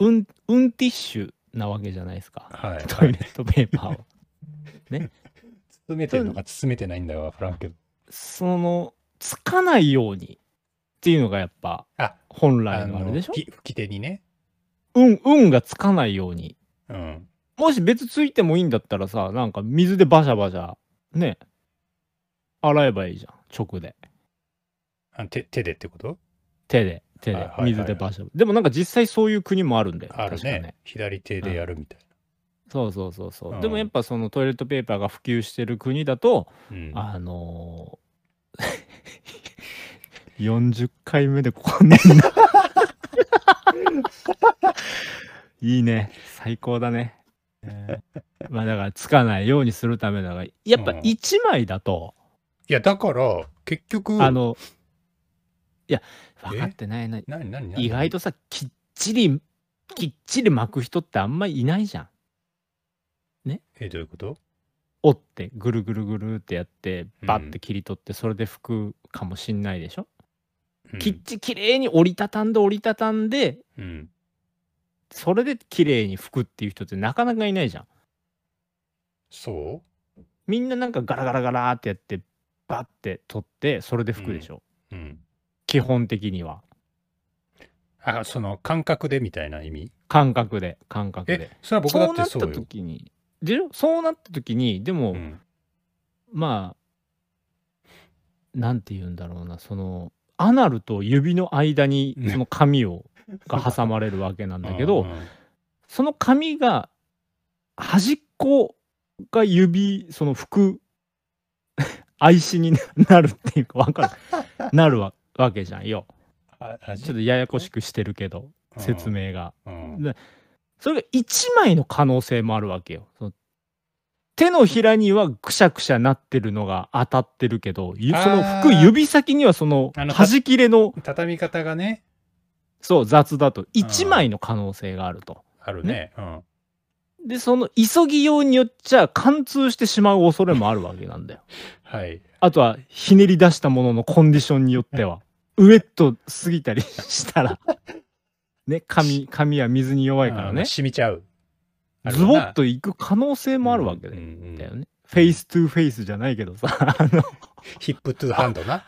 Speaker 2: うんうんティッシュなわけじゃないですか
Speaker 1: はい
Speaker 2: トイレ
Speaker 1: 包
Speaker 2: ットペーパーを
Speaker 1: めてるのか包めてないんだよわからんけど
Speaker 2: そのつかないようにっていうのがやっぱ
Speaker 1: あ
Speaker 2: 本来
Speaker 1: あ
Speaker 2: のあ
Speaker 1: の
Speaker 2: れでしょ
Speaker 1: 吹き吹き手にね
Speaker 2: うんうんがつかないように
Speaker 1: うん
Speaker 2: もし別ついてもいいんだったらさなんか水でバシャバシャね洗えばいいじゃん直で
Speaker 1: あ手手でってこと
Speaker 2: 手で手
Speaker 1: はい
Speaker 2: で
Speaker 1: はいはいはい
Speaker 2: 水でバシャバシャでもなんか実際そういう国もあるんだよ
Speaker 1: ある
Speaker 2: 確か
Speaker 1: ね左手でやるみたい
Speaker 2: そうそうそうそう、
Speaker 1: うん
Speaker 2: でもやっぱそのトイレットペーパーが普及してる国だと、
Speaker 1: な、うん
Speaker 2: あのー、40回目でこんなにないいね最高だね、えーまあだからつかないようにするためだがやっぱ
Speaker 1: うん
Speaker 2: 1枚だと、
Speaker 1: いやだから結局
Speaker 2: あのいや
Speaker 1: え
Speaker 2: 分かってないな
Speaker 1: 何何何
Speaker 2: 意外とさきっちりきっちり巻く人ってあんまいないじゃん。
Speaker 1: え、どういうこと
Speaker 2: 折ってぐるぐるぐるってやってバッ
Speaker 1: うん
Speaker 2: て切り取ってそれで拭くかもしんないでしょ、
Speaker 1: うん
Speaker 2: きっちりきれいに折りたたんで折りたたんで
Speaker 1: うん。
Speaker 2: それできれいに拭くっていう人ってなかなかいないじゃん。
Speaker 1: そ
Speaker 2: みんななんかガラガラガラーってやってバッて取ってそれで拭くでしょ、
Speaker 1: ううん。
Speaker 2: 基本的には
Speaker 1: あ、その感覚でみたいな意味
Speaker 2: 感覚で感覚
Speaker 1: え
Speaker 2: で。、
Speaker 1: それは僕だってそう
Speaker 2: な
Speaker 1: よ。
Speaker 2: った時にでしょそうなった時にでも、
Speaker 1: うん。
Speaker 2: まあなんて言うんだろうなそのアナルと指の間に
Speaker 1: ね
Speaker 2: その紙を、が挟まれるわけなんだけど、
Speaker 1: うんうん
Speaker 2: その紙が端っこが指その服 愛しになるっていうかわかるなるわわけじゃんよ
Speaker 1: ああ
Speaker 2: ちょっとややこしくしてるけど説明が
Speaker 1: うん
Speaker 2: でそれが1枚の可能性もあるわけよその手のひらにはくしゃくしゃなってるのが当たってるけどゆ
Speaker 1: あー
Speaker 2: その服指先にはその
Speaker 1: あの
Speaker 2: 端切れの
Speaker 1: 畳み方がね、
Speaker 2: そう雑だと1枚の可能性があると。
Speaker 1: あるね。うん。
Speaker 2: でその急ぎようによっちゃ貫通してしまう恐れもあるわけなん だよ。
Speaker 1: はい。
Speaker 2: あとはひねり出したもののコンディションによってはウエットすぎたりし たらね髪髪は水に弱いから
Speaker 1: う
Speaker 2: ね
Speaker 1: ん染みちゃう。
Speaker 2: ズボッといく可能性もあるわけだよ
Speaker 1: うんうん
Speaker 2: だよね。フェイストゥフェイスじゃないけ どさ、あの、
Speaker 1: ヒップトゥーハンドな。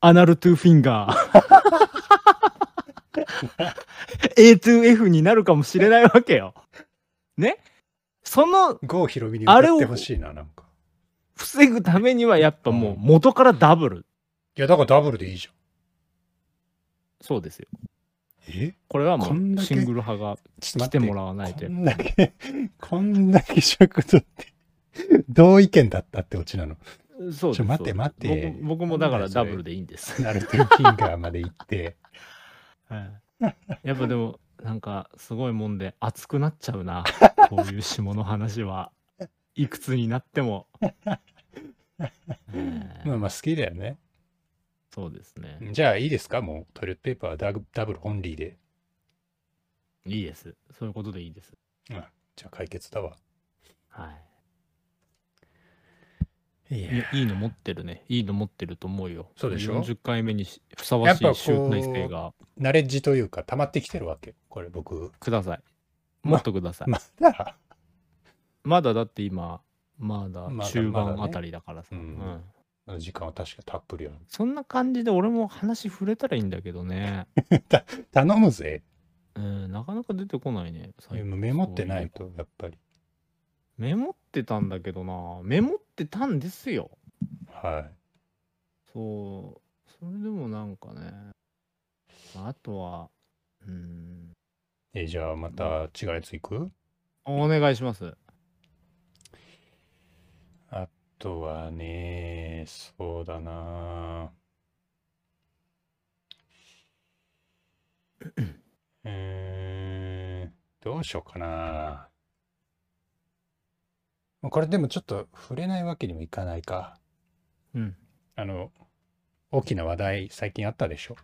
Speaker 2: アナルトゥフィンガー。A トゥ F になるかもしれないわけよ。ねその、
Speaker 1: 郷ひろみに歌ってほしいな、なんか。
Speaker 2: 防ぐためにはやっぱもう
Speaker 1: うん
Speaker 2: 元からダブル。
Speaker 1: いや、だからダブルでいいじゃん。
Speaker 2: そうですよ。
Speaker 1: え
Speaker 2: これはも
Speaker 1: こん
Speaker 2: う
Speaker 1: だけ
Speaker 2: シングル派が
Speaker 1: ちょ
Speaker 2: 来
Speaker 1: っと待
Speaker 2: て
Speaker 1: って
Speaker 2: もらわないと
Speaker 1: こ。んだけ、 こんだけ尺取って、同意見だったってオチなの。
Speaker 2: そうです
Speaker 1: ちょ待って
Speaker 2: そうです
Speaker 1: 待って
Speaker 2: 僕。僕もだからダブルでいいんです。
Speaker 1: なるとフィンガーまで行 って。
Speaker 2: はいやっぱでも、なんかすごいもんで熱くなっちゃ うな。こういう下の話は。いくつになっ ても。ねえ
Speaker 1: まあまあ好きだよね。
Speaker 2: そうですね。
Speaker 1: じゃあいいですかもうトイレットペーパーはダグダブルオンリーで。
Speaker 2: いいです。そういうことでいいです。
Speaker 1: じゃあ解決だわ。
Speaker 2: はいい。いいいの持ってるね。いいの持ってると思うよ。
Speaker 1: そうでしょ
Speaker 2: ?40 回目にしふさわし
Speaker 1: や
Speaker 2: い
Speaker 1: っぱこ
Speaker 2: 集
Speaker 1: う
Speaker 2: 大成が
Speaker 1: ナレッジというか溜まってきてるわけ。これ僕。
Speaker 2: ください。
Speaker 1: ま
Speaker 2: もっとください。ま
Speaker 1: まだ
Speaker 2: だだって今、まだ
Speaker 1: まだ
Speaker 2: 中
Speaker 1: まだ
Speaker 2: 盤
Speaker 1: ね
Speaker 2: あたりだからさ。
Speaker 1: うん
Speaker 2: うん
Speaker 1: 時間は確かたっぷりある。
Speaker 2: そんな感じで俺も話触れたらいいんだけどね。
Speaker 1: 頼むぜ。
Speaker 2: うん、なかなか出てこないね。最近
Speaker 1: メモってないと、やっぱり。
Speaker 2: メモってたんだけどな。メモってたんですよ。
Speaker 1: は
Speaker 2: そう。それでもなんかね。あとは、うん。
Speaker 1: い。えじゃあまた違うやついく
Speaker 2: お願いします。
Speaker 1: あとはね、そうだな。 うーん、どうしようかな。まあこれでもちょっと触れないわけにもいかないか。
Speaker 2: うん。
Speaker 1: あの、大きな話題、最近あったでしょ。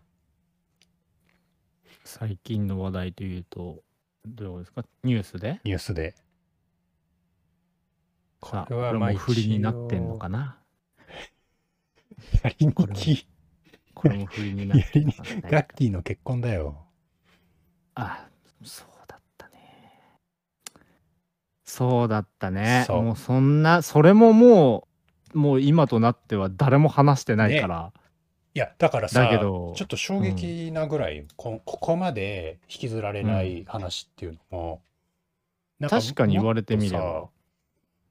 Speaker 2: 最近の話題というと、どうですかニュースで
Speaker 1: ニュースで。こ
Speaker 2: さあ、
Speaker 1: れ
Speaker 2: こ
Speaker 1: は
Speaker 2: れ
Speaker 1: まあ
Speaker 2: も不利になってんのかな
Speaker 1: やりに
Speaker 2: これも
Speaker 1: き、
Speaker 2: これも不利になってんのかな
Speaker 1: ガッキーの結婚だよ。
Speaker 2: あ、そうだったね。そうだったね。
Speaker 1: そう
Speaker 2: もうそんな、それももう、もう今となっては誰も話してないから。
Speaker 1: いや、だからさ、
Speaker 2: だけ
Speaker 1: ちょ
Speaker 2: ど
Speaker 1: っと衝撃なぐらい、こ、ここまで引きずられない話っていうのも、なん
Speaker 2: 確かに言われてみれば
Speaker 1: も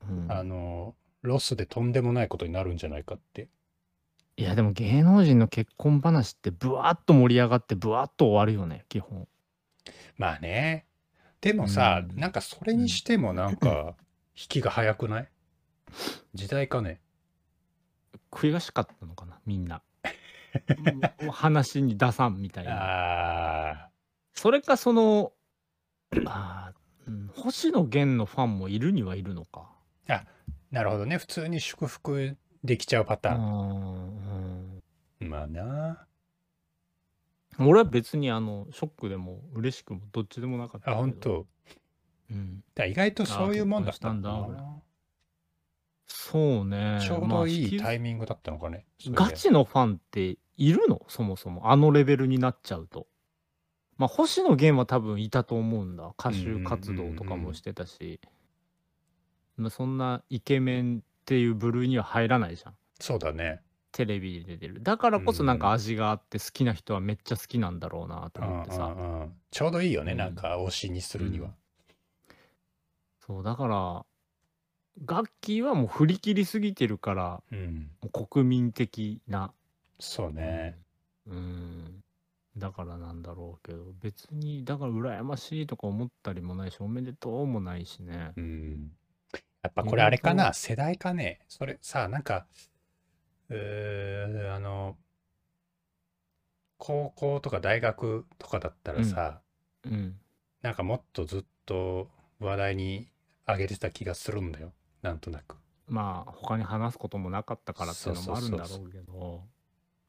Speaker 1: っ
Speaker 2: うん
Speaker 1: とさあの、ロスでとんでもないことになるんじゃないかって。
Speaker 2: いや、でも芸能人の結婚話って、ぶわっと盛り上がって、ぶわっと終わるよね、基本。
Speaker 1: まあね。でもさ、
Speaker 2: うん
Speaker 1: なんかそれにしてもなんか、引きが早くない時代かね。
Speaker 2: 悔しかったのかな、みん な。もう話に出さんみたいな。
Speaker 1: あ
Speaker 2: それかその、まあ、うん星野源のファンもいるにはいるのか。
Speaker 1: ー、なるほどね。普通に祝福できちゃうパタ
Speaker 2: う
Speaker 1: ーン。
Speaker 2: んうん
Speaker 1: まあな。
Speaker 2: 俺は別にあのショックでも嬉しくもどっちでもなかったけ
Speaker 1: あ、
Speaker 2: ど
Speaker 1: 本当
Speaker 2: うん
Speaker 1: だから意外とそういうもんだったの
Speaker 2: あ結婚し
Speaker 1: か
Speaker 2: た
Speaker 1: な。
Speaker 2: そうね
Speaker 1: ちょうどいい
Speaker 2: まあ
Speaker 1: タイミングだったのかね。それで
Speaker 2: ガチのファンっているのそもそもあのレベルになっちゃうとまあ星野源は多分いたと思うんだ歌手活動とかもしてたし、まあ、そんなイケメンっていう部類には入らないじゃん
Speaker 1: そうだね。
Speaker 2: テレビに出てるだからこそなん
Speaker 1: うん
Speaker 2: か味があって好きな人はめっちゃ好きなんだろうなと
Speaker 1: うんう
Speaker 2: 思
Speaker 1: ん
Speaker 2: ってさ、
Speaker 1: うんちょうどいいよね、
Speaker 2: うん
Speaker 1: なんか推しにするには。
Speaker 2: そうだからガッキーはもう振り切りすぎてるから
Speaker 1: うん。
Speaker 2: もう国民的な
Speaker 1: そうね。
Speaker 2: うんだからなんだろうけど別にだから羨ましいとか思ったりもないしおめでとうもないしね
Speaker 1: うん。やっぱこれあれか
Speaker 2: 意
Speaker 1: な、
Speaker 2: 外
Speaker 1: 世代かね。それさ、なんか、うーあの、高校とか大学とかだったらさ、
Speaker 2: うん
Speaker 1: なんかもっとずっと話題に上げてた気がするんだよ。なんとなく。
Speaker 2: まあ他に話すこともなかったからっていうのもあるんだろ
Speaker 1: そう
Speaker 2: うけど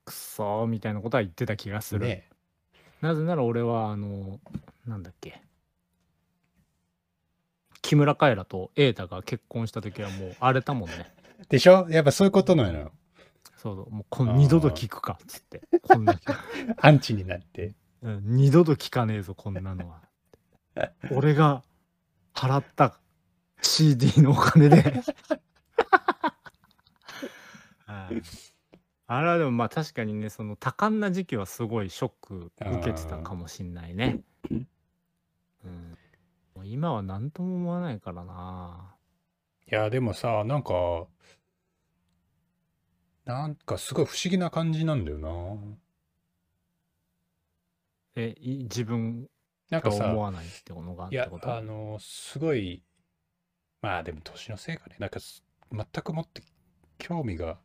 Speaker 2: くそーみたいなことは言ってた気がする、
Speaker 1: ね。
Speaker 2: なぜなら俺はあのなんだっけ木村カエラと瑛太が結婚した時はもう荒れたもんね
Speaker 1: でしょやっぱそういうことなのよ。
Speaker 2: そうそうもうこの二度と聞くかっつってこんな人
Speaker 1: アンチになって。
Speaker 2: うん二度と聞かねえぞこんなのは俺が払った CD のお 金ではいあれはでもまあ確かにねその多感な時期はすごいショック受けてたかもしんないね、うん、もう今は何とも思わないからない
Speaker 1: や、でもさ、なんか、なんかすごい不思議な感じなんだよな。
Speaker 2: えい自分
Speaker 1: なん
Speaker 2: が
Speaker 1: かさ
Speaker 2: 思、わないってものがあっ
Speaker 1: い
Speaker 2: て
Speaker 1: や
Speaker 2: こ、と
Speaker 1: あの、すごい、まあでも年のせいかね、なんかす全くもって興味が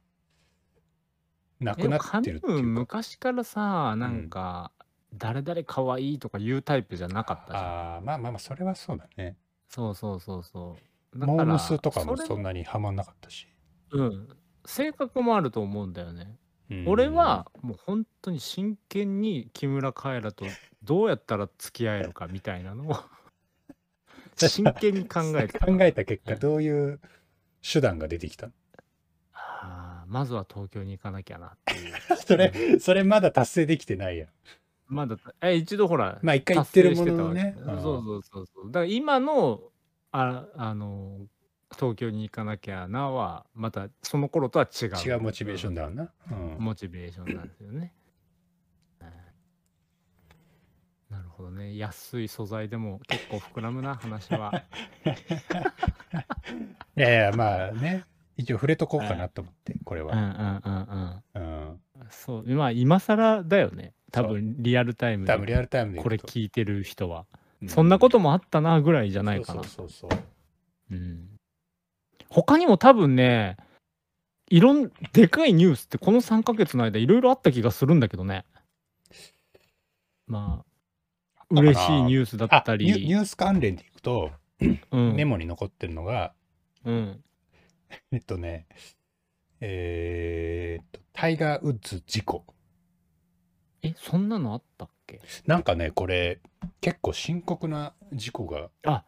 Speaker 1: なくなってるって
Speaker 2: で
Speaker 1: い
Speaker 2: も神
Speaker 1: う
Speaker 2: 文
Speaker 1: か。
Speaker 2: 昔からさなんか、誰々かわいいとか言うタイプじゃなかったじゃん
Speaker 1: ああー、まあまあまあ、それはそうだね。
Speaker 2: そうそうそうそうだ
Speaker 1: モ
Speaker 2: か
Speaker 1: ー
Speaker 2: ら
Speaker 1: ムスとかも
Speaker 2: れ
Speaker 1: そんなにハマんなかったし。
Speaker 2: うん性格もあると思うんだよね、
Speaker 1: うん
Speaker 2: 俺、はもう本当に真剣に木村カエラとどうやったら付き合えるかみたい なのを真剣に考えてた
Speaker 1: 考えた結果、
Speaker 2: うん
Speaker 1: どういう手段が出てきたの
Speaker 2: あーまずは東京に行かなきゃなっていう
Speaker 1: それ、それまだ達成できてないやん。
Speaker 2: まだえ一度ほら
Speaker 1: まあ一回言ってる
Speaker 2: 達
Speaker 1: もの
Speaker 2: 成してたわ
Speaker 1: の
Speaker 2: け
Speaker 1: ね。
Speaker 2: うんそうそうそうそう。だから今のああの東京に行かなきゃなはまたその頃とは違う
Speaker 1: 違うモチベーションだわな。
Speaker 2: うん
Speaker 1: うん
Speaker 2: モチベーションなんですよね。うんなるほどね安い素材でも結構膨らむな話 は
Speaker 1: いやいや、まあね。一応触れとこうかなと思って、これ
Speaker 2: うんうん
Speaker 1: は。
Speaker 2: う
Speaker 1: う
Speaker 2: ん
Speaker 1: ん。
Speaker 2: うんそうまあ今更だよね多分リアルタイム
Speaker 1: 多分リ
Speaker 2: で
Speaker 1: アルタイムで言う。
Speaker 2: ことれ聞いてる人は、そんなこともあったなぐらいじゃないかな
Speaker 1: そうそうそう
Speaker 2: うん他にも多分ねいろんでかいニュースってこの3ヶ月の間いろいろあった気がするんだけどねまあ
Speaker 1: そう。
Speaker 2: 嬉しいニ
Speaker 1: ュー
Speaker 2: ュースだった
Speaker 1: ニュニ
Speaker 2: り
Speaker 1: ュース関連でいくと、
Speaker 2: うん
Speaker 1: メモに残ってるのが、
Speaker 2: うん
Speaker 1: えっとね、えーっと、タイガー・ウッズ事故。
Speaker 2: えそんなのあったっけ
Speaker 1: なんかね、これ、結構深刻な事故が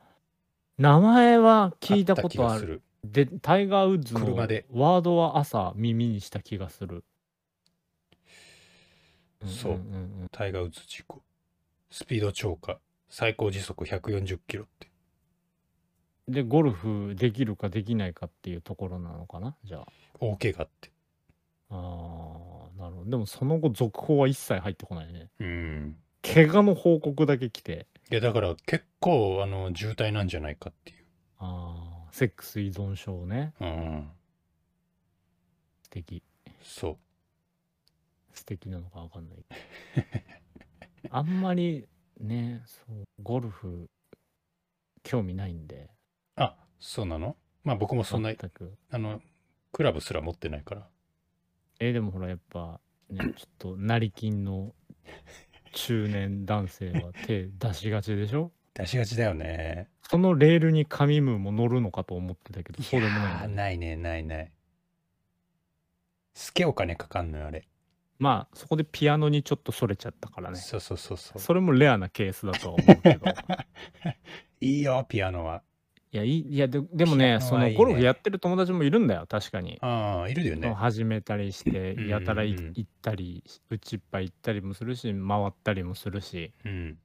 Speaker 2: 名前は聞い
Speaker 1: あ
Speaker 2: た
Speaker 1: った
Speaker 2: こ
Speaker 1: 気
Speaker 2: と
Speaker 1: が
Speaker 2: ある
Speaker 1: する。
Speaker 2: でタイガー・ウッズの
Speaker 1: 車で
Speaker 2: ワードは朝耳にした気がするん
Speaker 1: そうん
Speaker 2: んん
Speaker 1: タイガー・ウッズ事故。スピード超過。最高時速140キロって。
Speaker 2: でゴルフできるかできないかっていうところなのかなじゃあ
Speaker 1: 大怪我って。
Speaker 2: ああ、なるほど。でもその後、続報は一切入ってこないね。
Speaker 1: うん。
Speaker 2: 怪我の報告だけ来て、
Speaker 1: いや、だから結構、あの、渋滞なんじゃないかっていう。
Speaker 2: ああ、セックス依存症ね。
Speaker 1: うん。
Speaker 2: 素敵。
Speaker 1: そう。
Speaker 2: 素敵なのかわか んないけど。あんまりね、そう、ゴルフ、興味ないんで、
Speaker 1: あ、そうなのまあ僕もそんな
Speaker 2: 全、く。
Speaker 1: あの、クラブすら持ってないから。
Speaker 2: えー、でもほら、やっぱ、ね、ちょっと、成金の中年男性は手出しがちでしょ
Speaker 1: 出しがちだよね。
Speaker 2: そのレールに紙ムーも乗るのかと思ってたけど、そうでもないんだ
Speaker 1: あ
Speaker 2: ね
Speaker 1: ないね、ないない。すけお金かかんのよ、あれ。
Speaker 2: まあそこでピアノにちょっとそれちゃったからね
Speaker 1: そうそうそうそう。
Speaker 2: それもレアなケースだとは思うけど
Speaker 1: いいよ、ピアノは。
Speaker 2: いやいいいやででもね
Speaker 1: ピアノ
Speaker 2: そ
Speaker 1: はいい
Speaker 2: の
Speaker 1: ね
Speaker 2: ゴルフやってる友達もいるんだよ確かに、
Speaker 1: ああ、いるよね。
Speaker 2: 始めたりして
Speaker 1: うん
Speaker 2: やたらい
Speaker 1: うん
Speaker 2: 行ったり打ちっぱ行ったりもするし回ったりもするし
Speaker 1: うん。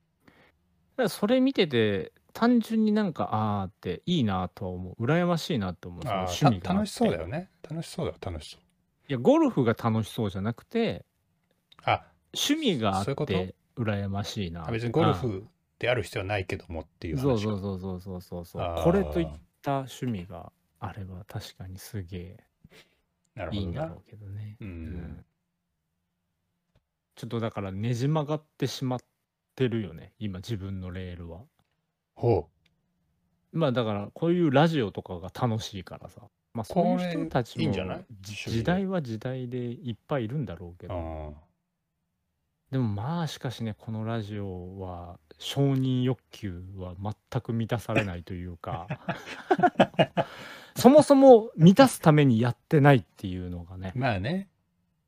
Speaker 2: ただそれ見てて単純になんかああーっていいなとは思う羨ましいなと思うその
Speaker 1: あ
Speaker 2: 趣味
Speaker 1: あ、
Speaker 2: が
Speaker 1: た楽しそうだよ
Speaker 2: ね
Speaker 1: ね。楽しそうだよ、楽しそう。
Speaker 2: いやゴルフが楽しそうじゃなくて
Speaker 1: あ、
Speaker 2: 趣味があ
Speaker 1: そういう
Speaker 2: っ
Speaker 1: こと
Speaker 2: て羨ましいな
Speaker 1: あ別にゴル
Speaker 2: うん
Speaker 1: フである必要はないけどもっていう話
Speaker 2: そうそううそうそうそうそうそう
Speaker 1: あー
Speaker 2: これといった趣味があれば確かにすげえ
Speaker 1: なるほ
Speaker 2: いい
Speaker 1: ど
Speaker 2: んだ
Speaker 1: な
Speaker 2: ろうけどね
Speaker 1: う
Speaker 2: うんんちょっとだからねじ曲がってしまってるよね今自分のレールは
Speaker 1: ほ
Speaker 2: まあだからこういうラジオとかが楽しいからさまあそういう人たち
Speaker 1: これいいん
Speaker 2: も
Speaker 1: じゃない趣
Speaker 2: じ
Speaker 1: 味で
Speaker 2: 時代は時代でいっぱいいるんだろうけ
Speaker 1: うう
Speaker 2: ど
Speaker 1: ん
Speaker 2: でもまあしかしねこのラジオは承認欲求は全く満たされないとい うかそもそも満たすためにやってないっていうのがね
Speaker 1: まあね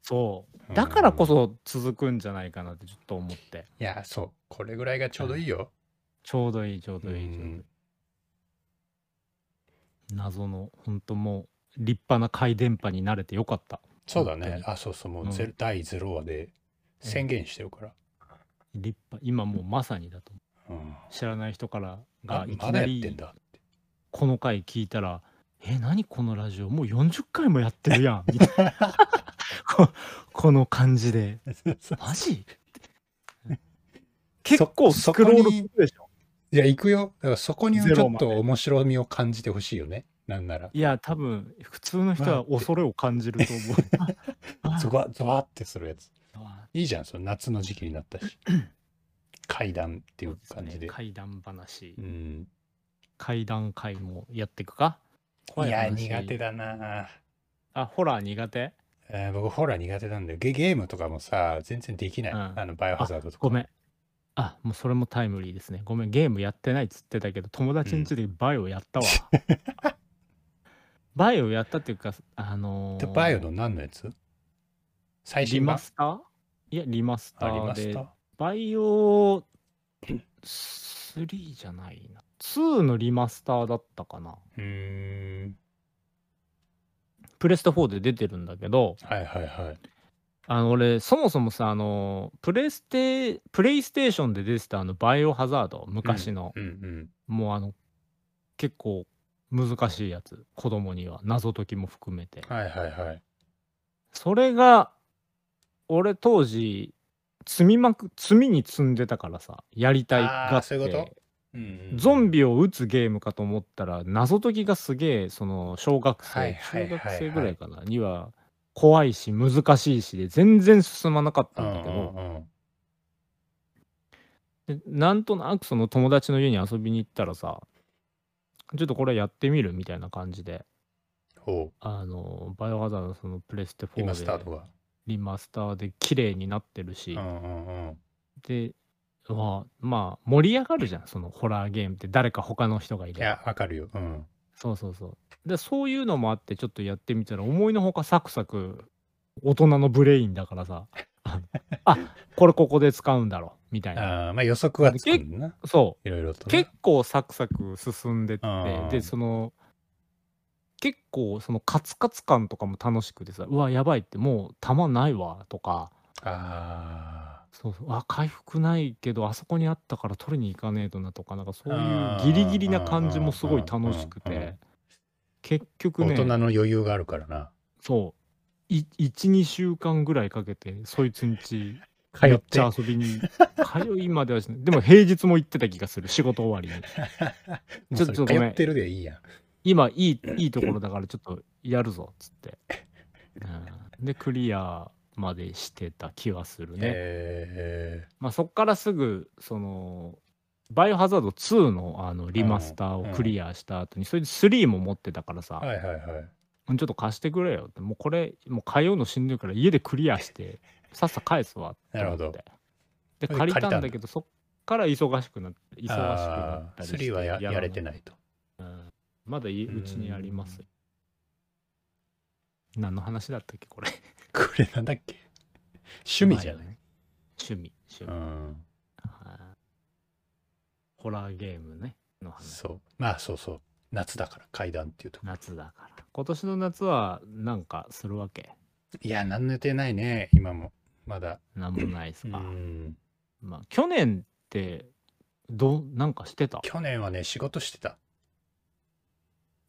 Speaker 2: そう
Speaker 1: うん
Speaker 2: だからこそ続くんじゃないかなってちょっと思って
Speaker 1: いやそうこれぐらいがちょうどいいよ、
Speaker 2: ちょうどいいちょうどいい、
Speaker 1: うん
Speaker 2: ちょうどいい謎の本当もう立派な回電波に慣れてよかった
Speaker 1: そうだ
Speaker 2: 本
Speaker 1: ね
Speaker 2: 当
Speaker 1: あそうそうも
Speaker 2: う
Speaker 1: うんゼロ、第0話で宣言してるから、
Speaker 2: に立派今もうまさにだと思
Speaker 1: うん
Speaker 2: う知らない人から
Speaker 1: あ
Speaker 2: が
Speaker 1: ま
Speaker 2: いき
Speaker 1: だ
Speaker 2: な
Speaker 1: やってん
Speaker 2: り
Speaker 1: だ
Speaker 2: この回聞いたら「え何このラジオもう40回もやってるやん」みたいな ここの感じでマジ結構スクロールするでしょ
Speaker 1: いや行くよだからそこに
Speaker 2: ゼ
Speaker 1: ち
Speaker 2: ロ
Speaker 1: ょっ
Speaker 2: まで
Speaker 1: と面白みを感じてほしいよねなんなら
Speaker 2: いや多分普通の人は恐れを感じると 思うあ
Speaker 1: ゾワゾワってするやつ
Speaker 2: あ
Speaker 1: いいじゃんその夏の時期になった し階段っていう感じで
Speaker 2: そうすね怪談話
Speaker 1: うん
Speaker 2: 怪談会もやっていくか
Speaker 1: い
Speaker 2: 怖い
Speaker 1: や
Speaker 2: 話
Speaker 1: 苦手だな
Speaker 2: あホラー苦手
Speaker 1: えー僕ホラー苦手なんだよゲゲームとかもさ全然できない、
Speaker 2: うん
Speaker 1: あのバイオハザードとか
Speaker 2: ごめんあもうそれもタイムリーですねごめんゲームやってないっつってたけど友達ん家でバイオやったわ、バイオやったっていうかあの
Speaker 1: で
Speaker 2: ー、
Speaker 1: バイオの何のやつ最
Speaker 2: リ
Speaker 1: 新版
Speaker 2: マスターいやリマスタ
Speaker 1: あリ
Speaker 2: ー
Speaker 1: マス
Speaker 2: で
Speaker 1: ター
Speaker 2: バイオ3じゃないな2のリマスターだったかな
Speaker 1: うーん
Speaker 2: プレステ4で出てるんだけど
Speaker 1: はいはいはい
Speaker 2: あの俺そもそもさあのプレステプレイステーションで出てたあのバイオハザード昔の、
Speaker 1: うんうん
Speaker 2: もうあの結構難しいやつ子供には謎解きも含めて
Speaker 1: はいはいはい
Speaker 2: それが俺当時積みまく積みに積んでたからさやりたい
Speaker 1: あー
Speaker 2: がって
Speaker 1: そういうことうんうん
Speaker 2: ゾンビを撃つゲームかと思ったら謎解きがすげえその小学生、
Speaker 1: はいはいはいはい
Speaker 2: 中学生ぐらいかなには怖いし難しいしで全然進まなかっ
Speaker 1: う
Speaker 2: たんだ
Speaker 1: ん
Speaker 2: け
Speaker 1: う
Speaker 2: ど、
Speaker 1: んうん
Speaker 2: でなんとなくその友達の家に遊びに行ったらさちょっとこれやってみるみたいな感じで
Speaker 1: ほう
Speaker 2: あのバイオハザードのそのプレステ4で
Speaker 1: 今スタートが
Speaker 2: リマスターで綺麗になってるし、
Speaker 1: うんうんうん
Speaker 2: でまあまあ盛り上がるじゃんそのホラーゲームって誰か他の人がい
Speaker 1: い
Speaker 2: る
Speaker 1: やわかるようん
Speaker 2: そうそうそうでそういうのもあってちょっとやってみたら思いのほかサクサク大人のブレインだか らさああこれここで使うんだろみたいな
Speaker 1: あーまあ予測はつくんだな
Speaker 2: そう
Speaker 1: いろいろとね
Speaker 2: 結構サクサク進んでって
Speaker 1: うん
Speaker 2: でその結構そのカツカツ感とかも楽しくてさうわやばいってもう弾ないわとか
Speaker 1: あ
Speaker 2: そうそうあ回復ないけどあそこにあったから取りに行かねえとなとかなんかそう
Speaker 1: あ
Speaker 2: いう
Speaker 1: ー
Speaker 2: ギリギリな感じもすごい楽しく
Speaker 1: うんうんうんうん
Speaker 2: て結
Speaker 1: あ
Speaker 2: 局
Speaker 1: 大
Speaker 2: ね
Speaker 1: 人の余裕があるからな
Speaker 2: そう12週間ぐらいかけてそいつんち
Speaker 1: 通
Speaker 2: め
Speaker 1: っ
Speaker 2: って ちゃ遊びに通いまではしないでも平日も行ってた気がする仕事終わりに
Speaker 1: もうそれ
Speaker 2: ちょっと
Speaker 1: 通
Speaker 2: ごめん
Speaker 1: ってるでいいやん
Speaker 2: 今いいいいところだからちょっとやるぞっつって、うん、でクリアまでしてた気はするね、
Speaker 1: え
Speaker 2: まあ、そっからすぐそのバイオハザード2のあのリマスターをクリアした後に、それで3も持ってたからさ、
Speaker 1: ーはいはいはい
Speaker 2: うんちょっと貸してくれよってもうこれもう通うのしんどいから家でクリ アしてさっさ返すわって思って
Speaker 1: なるほど
Speaker 2: で
Speaker 1: それで
Speaker 2: 借り
Speaker 1: 借り
Speaker 2: た
Speaker 1: たん
Speaker 2: ん
Speaker 1: だ
Speaker 2: だけどそっから忙しくなって忙しくな
Speaker 1: あ
Speaker 2: った
Speaker 1: あー
Speaker 2: りして
Speaker 1: 3はややれて
Speaker 2: ない
Speaker 1: ないと
Speaker 2: まだいうちにありますよ何の話だったっけこれ
Speaker 1: これなんだっけ 趣味じゃ
Speaker 2: う
Speaker 1: な
Speaker 2: ま
Speaker 1: い、
Speaker 2: よね趣味、趣味
Speaker 1: う。ん。
Speaker 2: はいホラーゲームね、の話。
Speaker 1: そう。まあそうそう。夏だから階段っていうと。
Speaker 2: 夏だから。今年の夏はなんかするわけ
Speaker 1: いや、何の予定ないね、今も。まだ。
Speaker 2: なんもないです
Speaker 1: う
Speaker 2: か。
Speaker 1: ん。
Speaker 2: まあ、去年って、どう、なんかしてた
Speaker 1: 去年はね、仕事してた。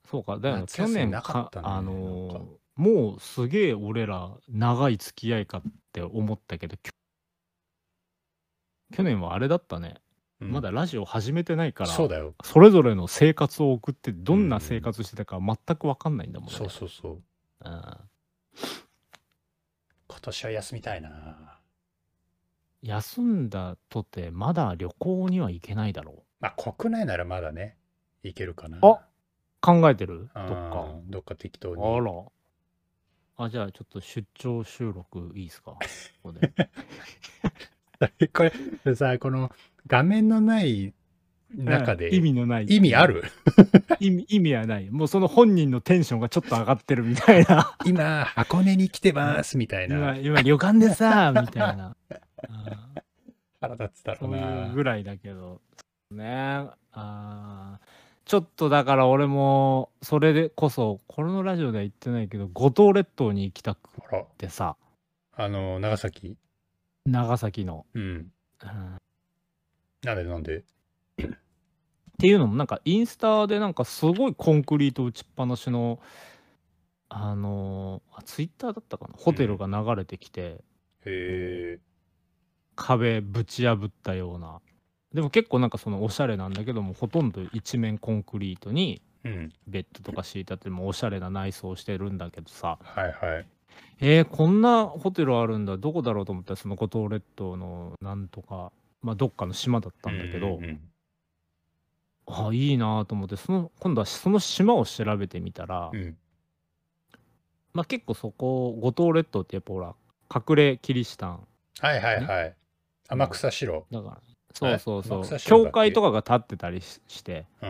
Speaker 2: そうか、だよね
Speaker 1: 夏
Speaker 2: 去
Speaker 1: 休み
Speaker 2: 年
Speaker 1: なかったね
Speaker 2: あ
Speaker 1: なん
Speaker 2: の
Speaker 1: か
Speaker 2: ーもうすげえ俺ら長い付き合いかって思ったけど、きょ去年はあれだったね、
Speaker 1: うん
Speaker 2: まだラジオ始めてないから、
Speaker 1: そうだよ。
Speaker 2: それぞれの生活を送って、どんな生活してたか全く分かんないんだもんね。
Speaker 1: そうそうそう。
Speaker 2: うん
Speaker 1: 今年は休みたいな。
Speaker 2: 休んだとて、まだ旅行には行けないだろ
Speaker 1: まあ国内ならまだね、いけるかな。
Speaker 2: あう。考えてるど
Speaker 1: うん
Speaker 2: っか。
Speaker 1: どっか適当に。
Speaker 2: あら。あ、じゃあちょっと出張収録いいですかここで。
Speaker 1: これさ、この画面のない 中で、
Speaker 2: うん意味のない。
Speaker 1: 意味ある
Speaker 2: 意味意味はない。もうその本人のテンションがちょっと上がってるみたいな。
Speaker 1: 今、箱根に来てますみた い
Speaker 2: 今、
Speaker 1: な。
Speaker 2: 今旅館でさ、みたいな。うん
Speaker 1: 腹立つだろ
Speaker 2: そううい
Speaker 1: な
Speaker 2: う。ぐらいだけど。ねあーちょっとだから俺も、それでこそ、このラジオでは言ってないけど、五島列島に行きたくっ
Speaker 1: あら、
Speaker 2: てさ、
Speaker 1: あの、長崎。
Speaker 2: 長崎の。
Speaker 1: うん。
Speaker 2: うんっ
Speaker 1: なんでなんで
Speaker 2: ていうのも、なんかインスタでなんかすごいコンクリート打ちっぱなしの、あのーあツイッターだったかな、ホテルが流れてきて、
Speaker 1: へえ。
Speaker 2: 壁ぶち破ったようなでも結構なんかそのおしゃれなんだけどもほとんど一面コンクリートに
Speaker 1: うん。
Speaker 2: ベッドとか敷いてあってもうおしゃれな内装してるんだけどさ
Speaker 1: はいはい。
Speaker 2: えー、こんなホテルあるんだどこだろうと思ったらその五島列島のなんとかまあどっかの島だったんだけど、
Speaker 1: うんうん
Speaker 2: あいいなと思ってその今度はその島を調べてみたら、
Speaker 1: うん。うん
Speaker 2: まあ結構そこ五島列島ってやっぱほら隠れキリシタン
Speaker 1: はいはいはい。天草四郎。
Speaker 2: だからそうそうそ
Speaker 1: え天
Speaker 2: う
Speaker 1: 草島だっけ
Speaker 2: 教会とかが建ってたりしして
Speaker 1: うん。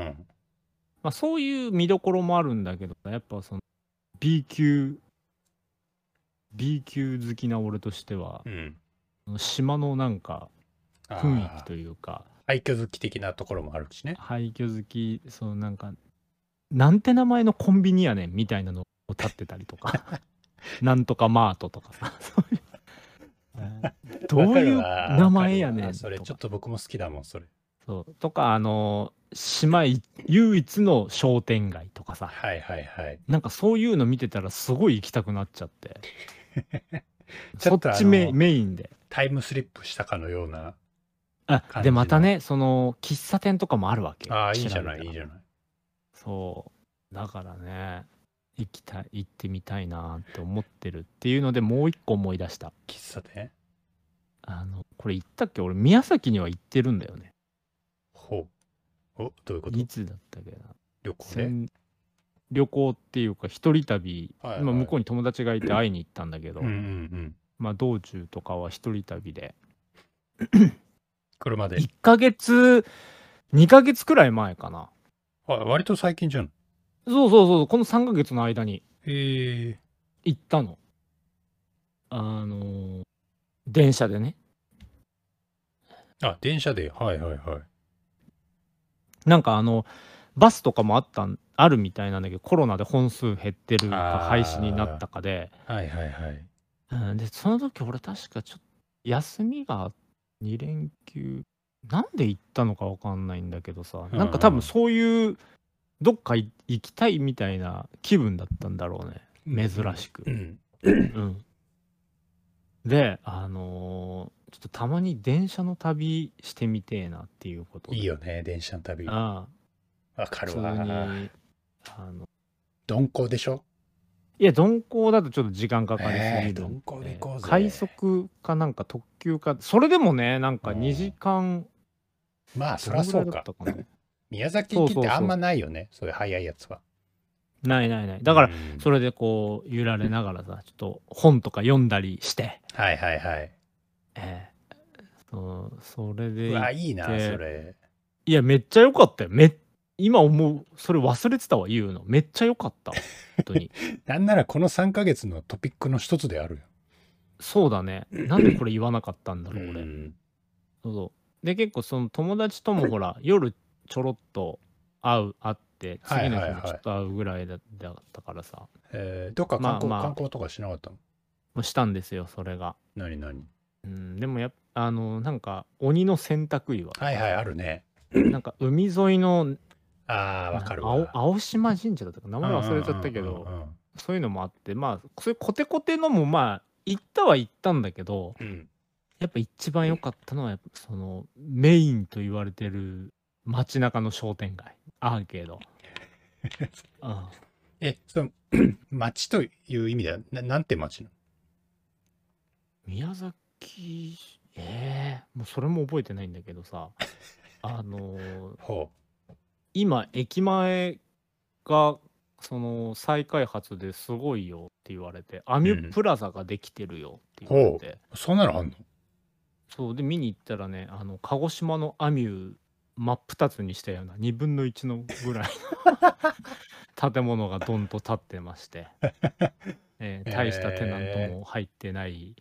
Speaker 2: まあ、そういう見どころもあるんだけどやっぱその B 級 B 級好きな俺としては
Speaker 1: う、ん。
Speaker 2: 島のなんか
Speaker 1: あ
Speaker 2: 雰囲気
Speaker 1: ー
Speaker 2: というか
Speaker 1: 廃墟好き的なところもあるしね。
Speaker 2: 廃墟好きそのなんかなんて名前のコンビニやねんみたいなのを立ってたりと かなんとかマートとかさそういうどういう
Speaker 1: わかるわ
Speaker 2: 名前や
Speaker 1: わ
Speaker 2: ね
Speaker 1: かるわ
Speaker 2: ん
Speaker 1: それちょ
Speaker 2: とか
Speaker 1: っと僕も好きだもん、それ。
Speaker 2: そうとかあの島い唯一の商店街とかさ
Speaker 1: はいはいはい。
Speaker 2: なんかそういうの見てたらすごい行きたくなっちゃって
Speaker 1: ちょっと
Speaker 2: そ
Speaker 1: あ
Speaker 2: っ
Speaker 1: の
Speaker 2: ちメイメインで
Speaker 1: タイムスリップしたかのような。
Speaker 2: あ
Speaker 1: 感じ
Speaker 2: で
Speaker 1: の
Speaker 2: またねその喫茶店とかもあるわけ
Speaker 1: ああ、いいじゃな
Speaker 2: 調べた
Speaker 1: い、
Speaker 2: ら
Speaker 1: いいじゃない。
Speaker 2: そうだからね行きたい行ってみたいなって思ってるっていうのでもう一個思い出した
Speaker 1: 喫茶店
Speaker 2: あのこれ行ったっけ俺宮崎には行ってるんだよね
Speaker 1: ほう。お、どういうこと
Speaker 2: いつだったっけな
Speaker 1: 旅行ね。
Speaker 2: 先旅行っていうか一人旅、
Speaker 1: はいはい
Speaker 2: 今向こうに友達がいて会いに行ったんだけど、
Speaker 1: うんうんうん。
Speaker 2: まあ道中とかは一人旅で
Speaker 1: 車で。
Speaker 2: 1ヶ月、2ヶ月くらい前かな。
Speaker 1: あ割と最近じゃん。
Speaker 2: そうそうそう、この3ヶ月の間に
Speaker 1: へえ。
Speaker 2: 行ったの。あのー電車でね。
Speaker 1: あ、電車で。はいはいはい。
Speaker 2: なんかあの、バスとかもあったん、あるみたいなんだけど、コロナで本数減ってるか
Speaker 1: あー
Speaker 2: 廃止になったかで、
Speaker 1: はいはいはい。
Speaker 2: うん、で、その時俺確かちょっと休みが2連休、なんで行ったのかわかんないんだけどさ、なんか多分そういう、どっかい行きたいみたいな気分だったんだろうね。珍しく
Speaker 1: う。ん。
Speaker 2: うん、であのーちょっとたまに電車の旅してみてえなっていうことで
Speaker 1: いいよね、電車の旅。わ
Speaker 2: ああ
Speaker 1: か
Speaker 2: 普
Speaker 1: る
Speaker 2: 通に
Speaker 1: わ。
Speaker 2: あの
Speaker 1: 鈍行でしょ
Speaker 2: いや鈍行だとちょっと時間かかりす
Speaker 1: え
Speaker 2: ぎ
Speaker 1: ー
Speaker 2: るん
Speaker 1: 鈍行で行こうぜ。
Speaker 2: 快。速かなんか特急かそれでもねなんか2時間
Speaker 1: まあ、そらそうか
Speaker 2: ど。のぐらいだったか
Speaker 1: 宮崎行き
Speaker 2: そう
Speaker 1: って
Speaker 2: そうそう
Speaker 1: あんまないよね、そういう早いやつは。
Speaker 2: なないないないだから、
Speaker 1: うん
Speaker 2: それでこう揺られながらさちょっと本とか読んだりして、
Speaker 1: はいはいはい。
Speaker 2: えーそうそれで
Speaker 1: う
Speaker 2: 行っ
Speaker 1: わ、いいな、そ
Speaker 2: で
Speaker 1: れ。
Speaker 2: いや、めっちゃ良かったよ。めっ今思う、それ忘れてたわ、言うの。 めっちゃ良かった。本当に。
Speaker 1: なんならこの3ヶ月のトピックの一つであるよ。
Speaker 2: そうだね。なんでこれ言わなかったんだろう、俺。
Speaker 1: うん
Speaker 2: そうそう。で、結構その友達ともほら、夜ちょろっと会う、会って、
Speaker 1: はい
Speaker 2: 次の
Speaker 1: はいは
Speaker 2: 日
Speaker 1: い
Speaker 2: もちょっと会うぐらいだだったからさ、
Speaker 1: えーどっか観光,、
Speaker 2: まあまあ
Speaker 1: 観光とかしなかったの
Speaker 2: もうしたんですよ、それが。
Speaker 1: 何何
Speaker 2: うん、でもやっあの、なんか、鬼の洗濯 岩。
Speaker 1: はいはい、あるね。
Speaker 2: なんか、海沿いの、
Speaker 1: ああ、わかるわ。
Speaker 2: 青青島神社だったかな名前忘れちゃったけど、
Speaker 1: うんうん
Speaker 2: そういうのもあって、まあ、そういうコテコテのも、まあ、行ったは行ったんだけど、
Speaker 1: うんうんうん
Speaker 2: やっぱ一番良かったのは、やっぱその、メインと言われてる街中の商店街、アーケード。うん
Speaker 1: え、その、 町という意味では、ななんて町な
Speaker 2: 宮崎市ええもうそれも覚えてないんだけどさあのー
Speaker 1: のほ
Speaker 2: 今駅前がその再開発ですごいよって言われてアミュプラザができてるよって言われて、
Speaker 1: う。そんなのあんの
Speaker 2: そうで見に行ったらねあの鹿児島のアミュ真っ二つにしたような2分の1のぐらい の建物がどんと立ってまして、えー大したテナントも入ってない、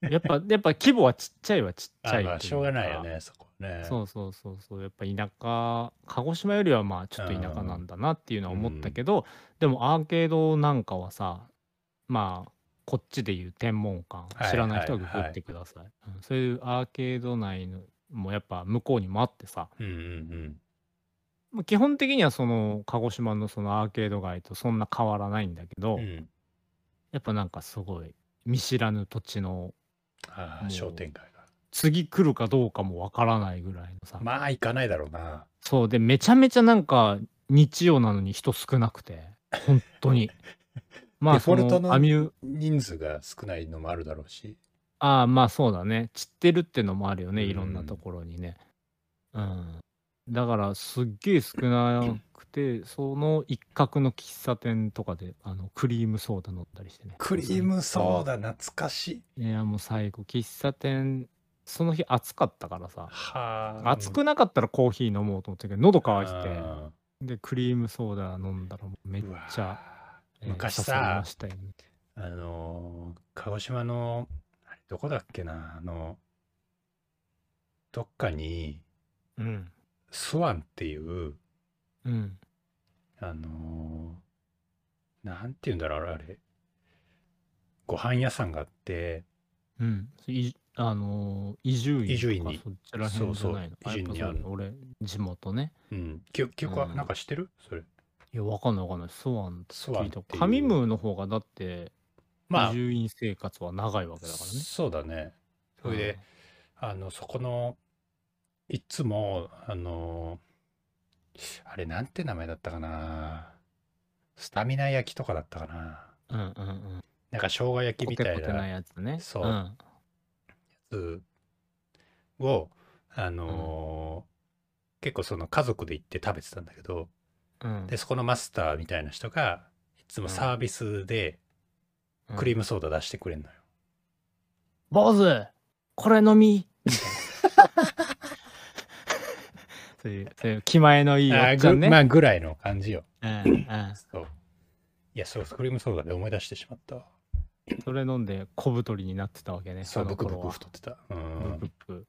Speaker 2: やっぱやっぱ規模はちっちゃいはちっち
Speaker 1: あ
Speaker 2: ゃい
Speaker 1: まあ、
Speaker 2: とい
Speaker 1: しょうがないよ
Speaker 2: か
Speaker 1: ね、そこね。
Speaker 2: そうそうそうそうやっぱ田舎鹿児島よりはまあちょっと田舎なんだなっていうのは思ったけど、でもアーケードなんかはさまあこっちでいう天文
Speaker 1: はい
Speaker 2: 館知らない人はググってください、うんそういうアーケード内のもやっぱ向こうにもあってさ
Speaker 1: うんうん
Speaker 2: もう基本的にはその鹿児島のそのアーケード街とそんな変わらないんだけど、
Speaker 1: うん。うん、
Speaker 2: やっぱなんかすごい見知らぬ土地の
Speaker 1: あ
Speaker 2: も
Speaker 1: あ、
Speaker 2: う
Speaker 1: 商店街が。
Speaker 2: 次来るかどうかもわからないぐらいのさ、
Speaker 1: まあ、行かないだろうな。
Speaker 2: そうでめちゃめちゃなんか日曜なのに人少なくて本当 にまあ
Speaker 1: デフォ
Speaker 2: そ
Speaker 1: ルト
Speaker 2: の
Speaker 1: の
Speaker 2: アミュ
Speaker 1: 人数が少ないのもあるだろうし。
Speaker 2: ああまあそうだね散ってるってのもあるよね
Speaker 1: うん
Speaker 2: いろんなところにねうんだからすっげえ少なくてその一角の喫茶店とかであのクリームソーダ飲ったりしてね
Speaker 1: クリームソーダ、懐かしい。
Speaker 2: いやもう最高喫茶店その日暑かったからさ
Speaker 1: はあ。
Speaker 2: 暑くなかったらコーヒー飲もうと思ったけど喉乾いてて
Speaker 1: あ
Speaker 2: でクリームソーダ飲んだらもうめっ
Speaker 1: ーうわ
Speaker 2: ちゃえー
Speaker 1: 昔
Speaker 2: 刺され
Speaker 1: さ
Speaker 2: ま、したよね
Speaker 1: あのー鹿児島の、あれどこだっけな、あの、どっかに、
Speaker 2: うん。
Speaker 1: スワンっていう、
Speaker 2: うん。
Speaker 1: あのーなんて言うんだろう、あれ。ご飯屋さんがあって、
Speaker 2: うん。いあのー、伊集院とか。
Speaker 1: 伊集院に
Speaker 2: そっちらへんじゃないの。
Speaker 1: そうそう伊集院に
Speaker 2: や
Speaker 1: あ
Speaker 2: っぱ
Speaker 1: る
Speaker 2: そう俺、地元ね。
Speaker 1: うん。記記憶は、
Speaker 2: うん
Speaker 1: なんか知ってるそれ。
Speaker 2: いや、わかんないわかんない。スワンって
Speaker 1: スワン
Speaker 2: 聞
Speaker 1: っ
Speaker 2: い
Speaker 1: てい
Speaker 2: た
Speaker 1: う。
Speaker 2: カミムーの方がだって、
Speaker 1: ま
Speaker 2: 伊集院生活は長いわ
Speaker 1: あ、
Speaker 2: けだからね。
Speaker 1: そうだね。それで、あの、そこの、いつも、あのーあれ、なんて名前だったかな。スタミナ焼きとかだったかな。
Speaker 2: うん、うんうんうん。
Speaker 1: なんか生姜焼き
Speaker 2: コ
Speaker 1: み
Speaker 2: テ
Speaker 1: た
Speaker 2: コ
Speaker 1: い
Speaker 2: テな
Speaker 1: なや
Speaker 2: やつね。。
Speaker 1: そうんつを、あのー結構その家族で行って食べてたんだけど、
Speaker 2: うん、
Speaker 1: でそこのマスターみたいな人がいつもサービスでクリー
Speaker 2: ム。
Speaker 1: ムソーダ出してくれんのよ、
Speaker 2: 坊主これ飲みみたいなそういう、そういう気前のいいお
Speaker 1: あ
Speaker 2: っ
Speaker 1: ー
Speaker 2: ちゃん
Speaker 1: ぐ
Speaker 2: ね。
Speaker 1: まあぐらいの感じよ
Speaker 2: うんうん。
Speaker 1: そういやそうクリームソーダで思い出してしまったわ
Speaker 2: それ飲んで小太りになってたわけね。
Speaker 1: そう
Speaker 2: の
Speaker 1: ブク
Speaker 2: 頃
Speaker 1: ブク
Speaker 2: は
Speaker 1: 太ってたう
Speaker 2: ブク
Speaker 1: ん
Speaker 2: ブク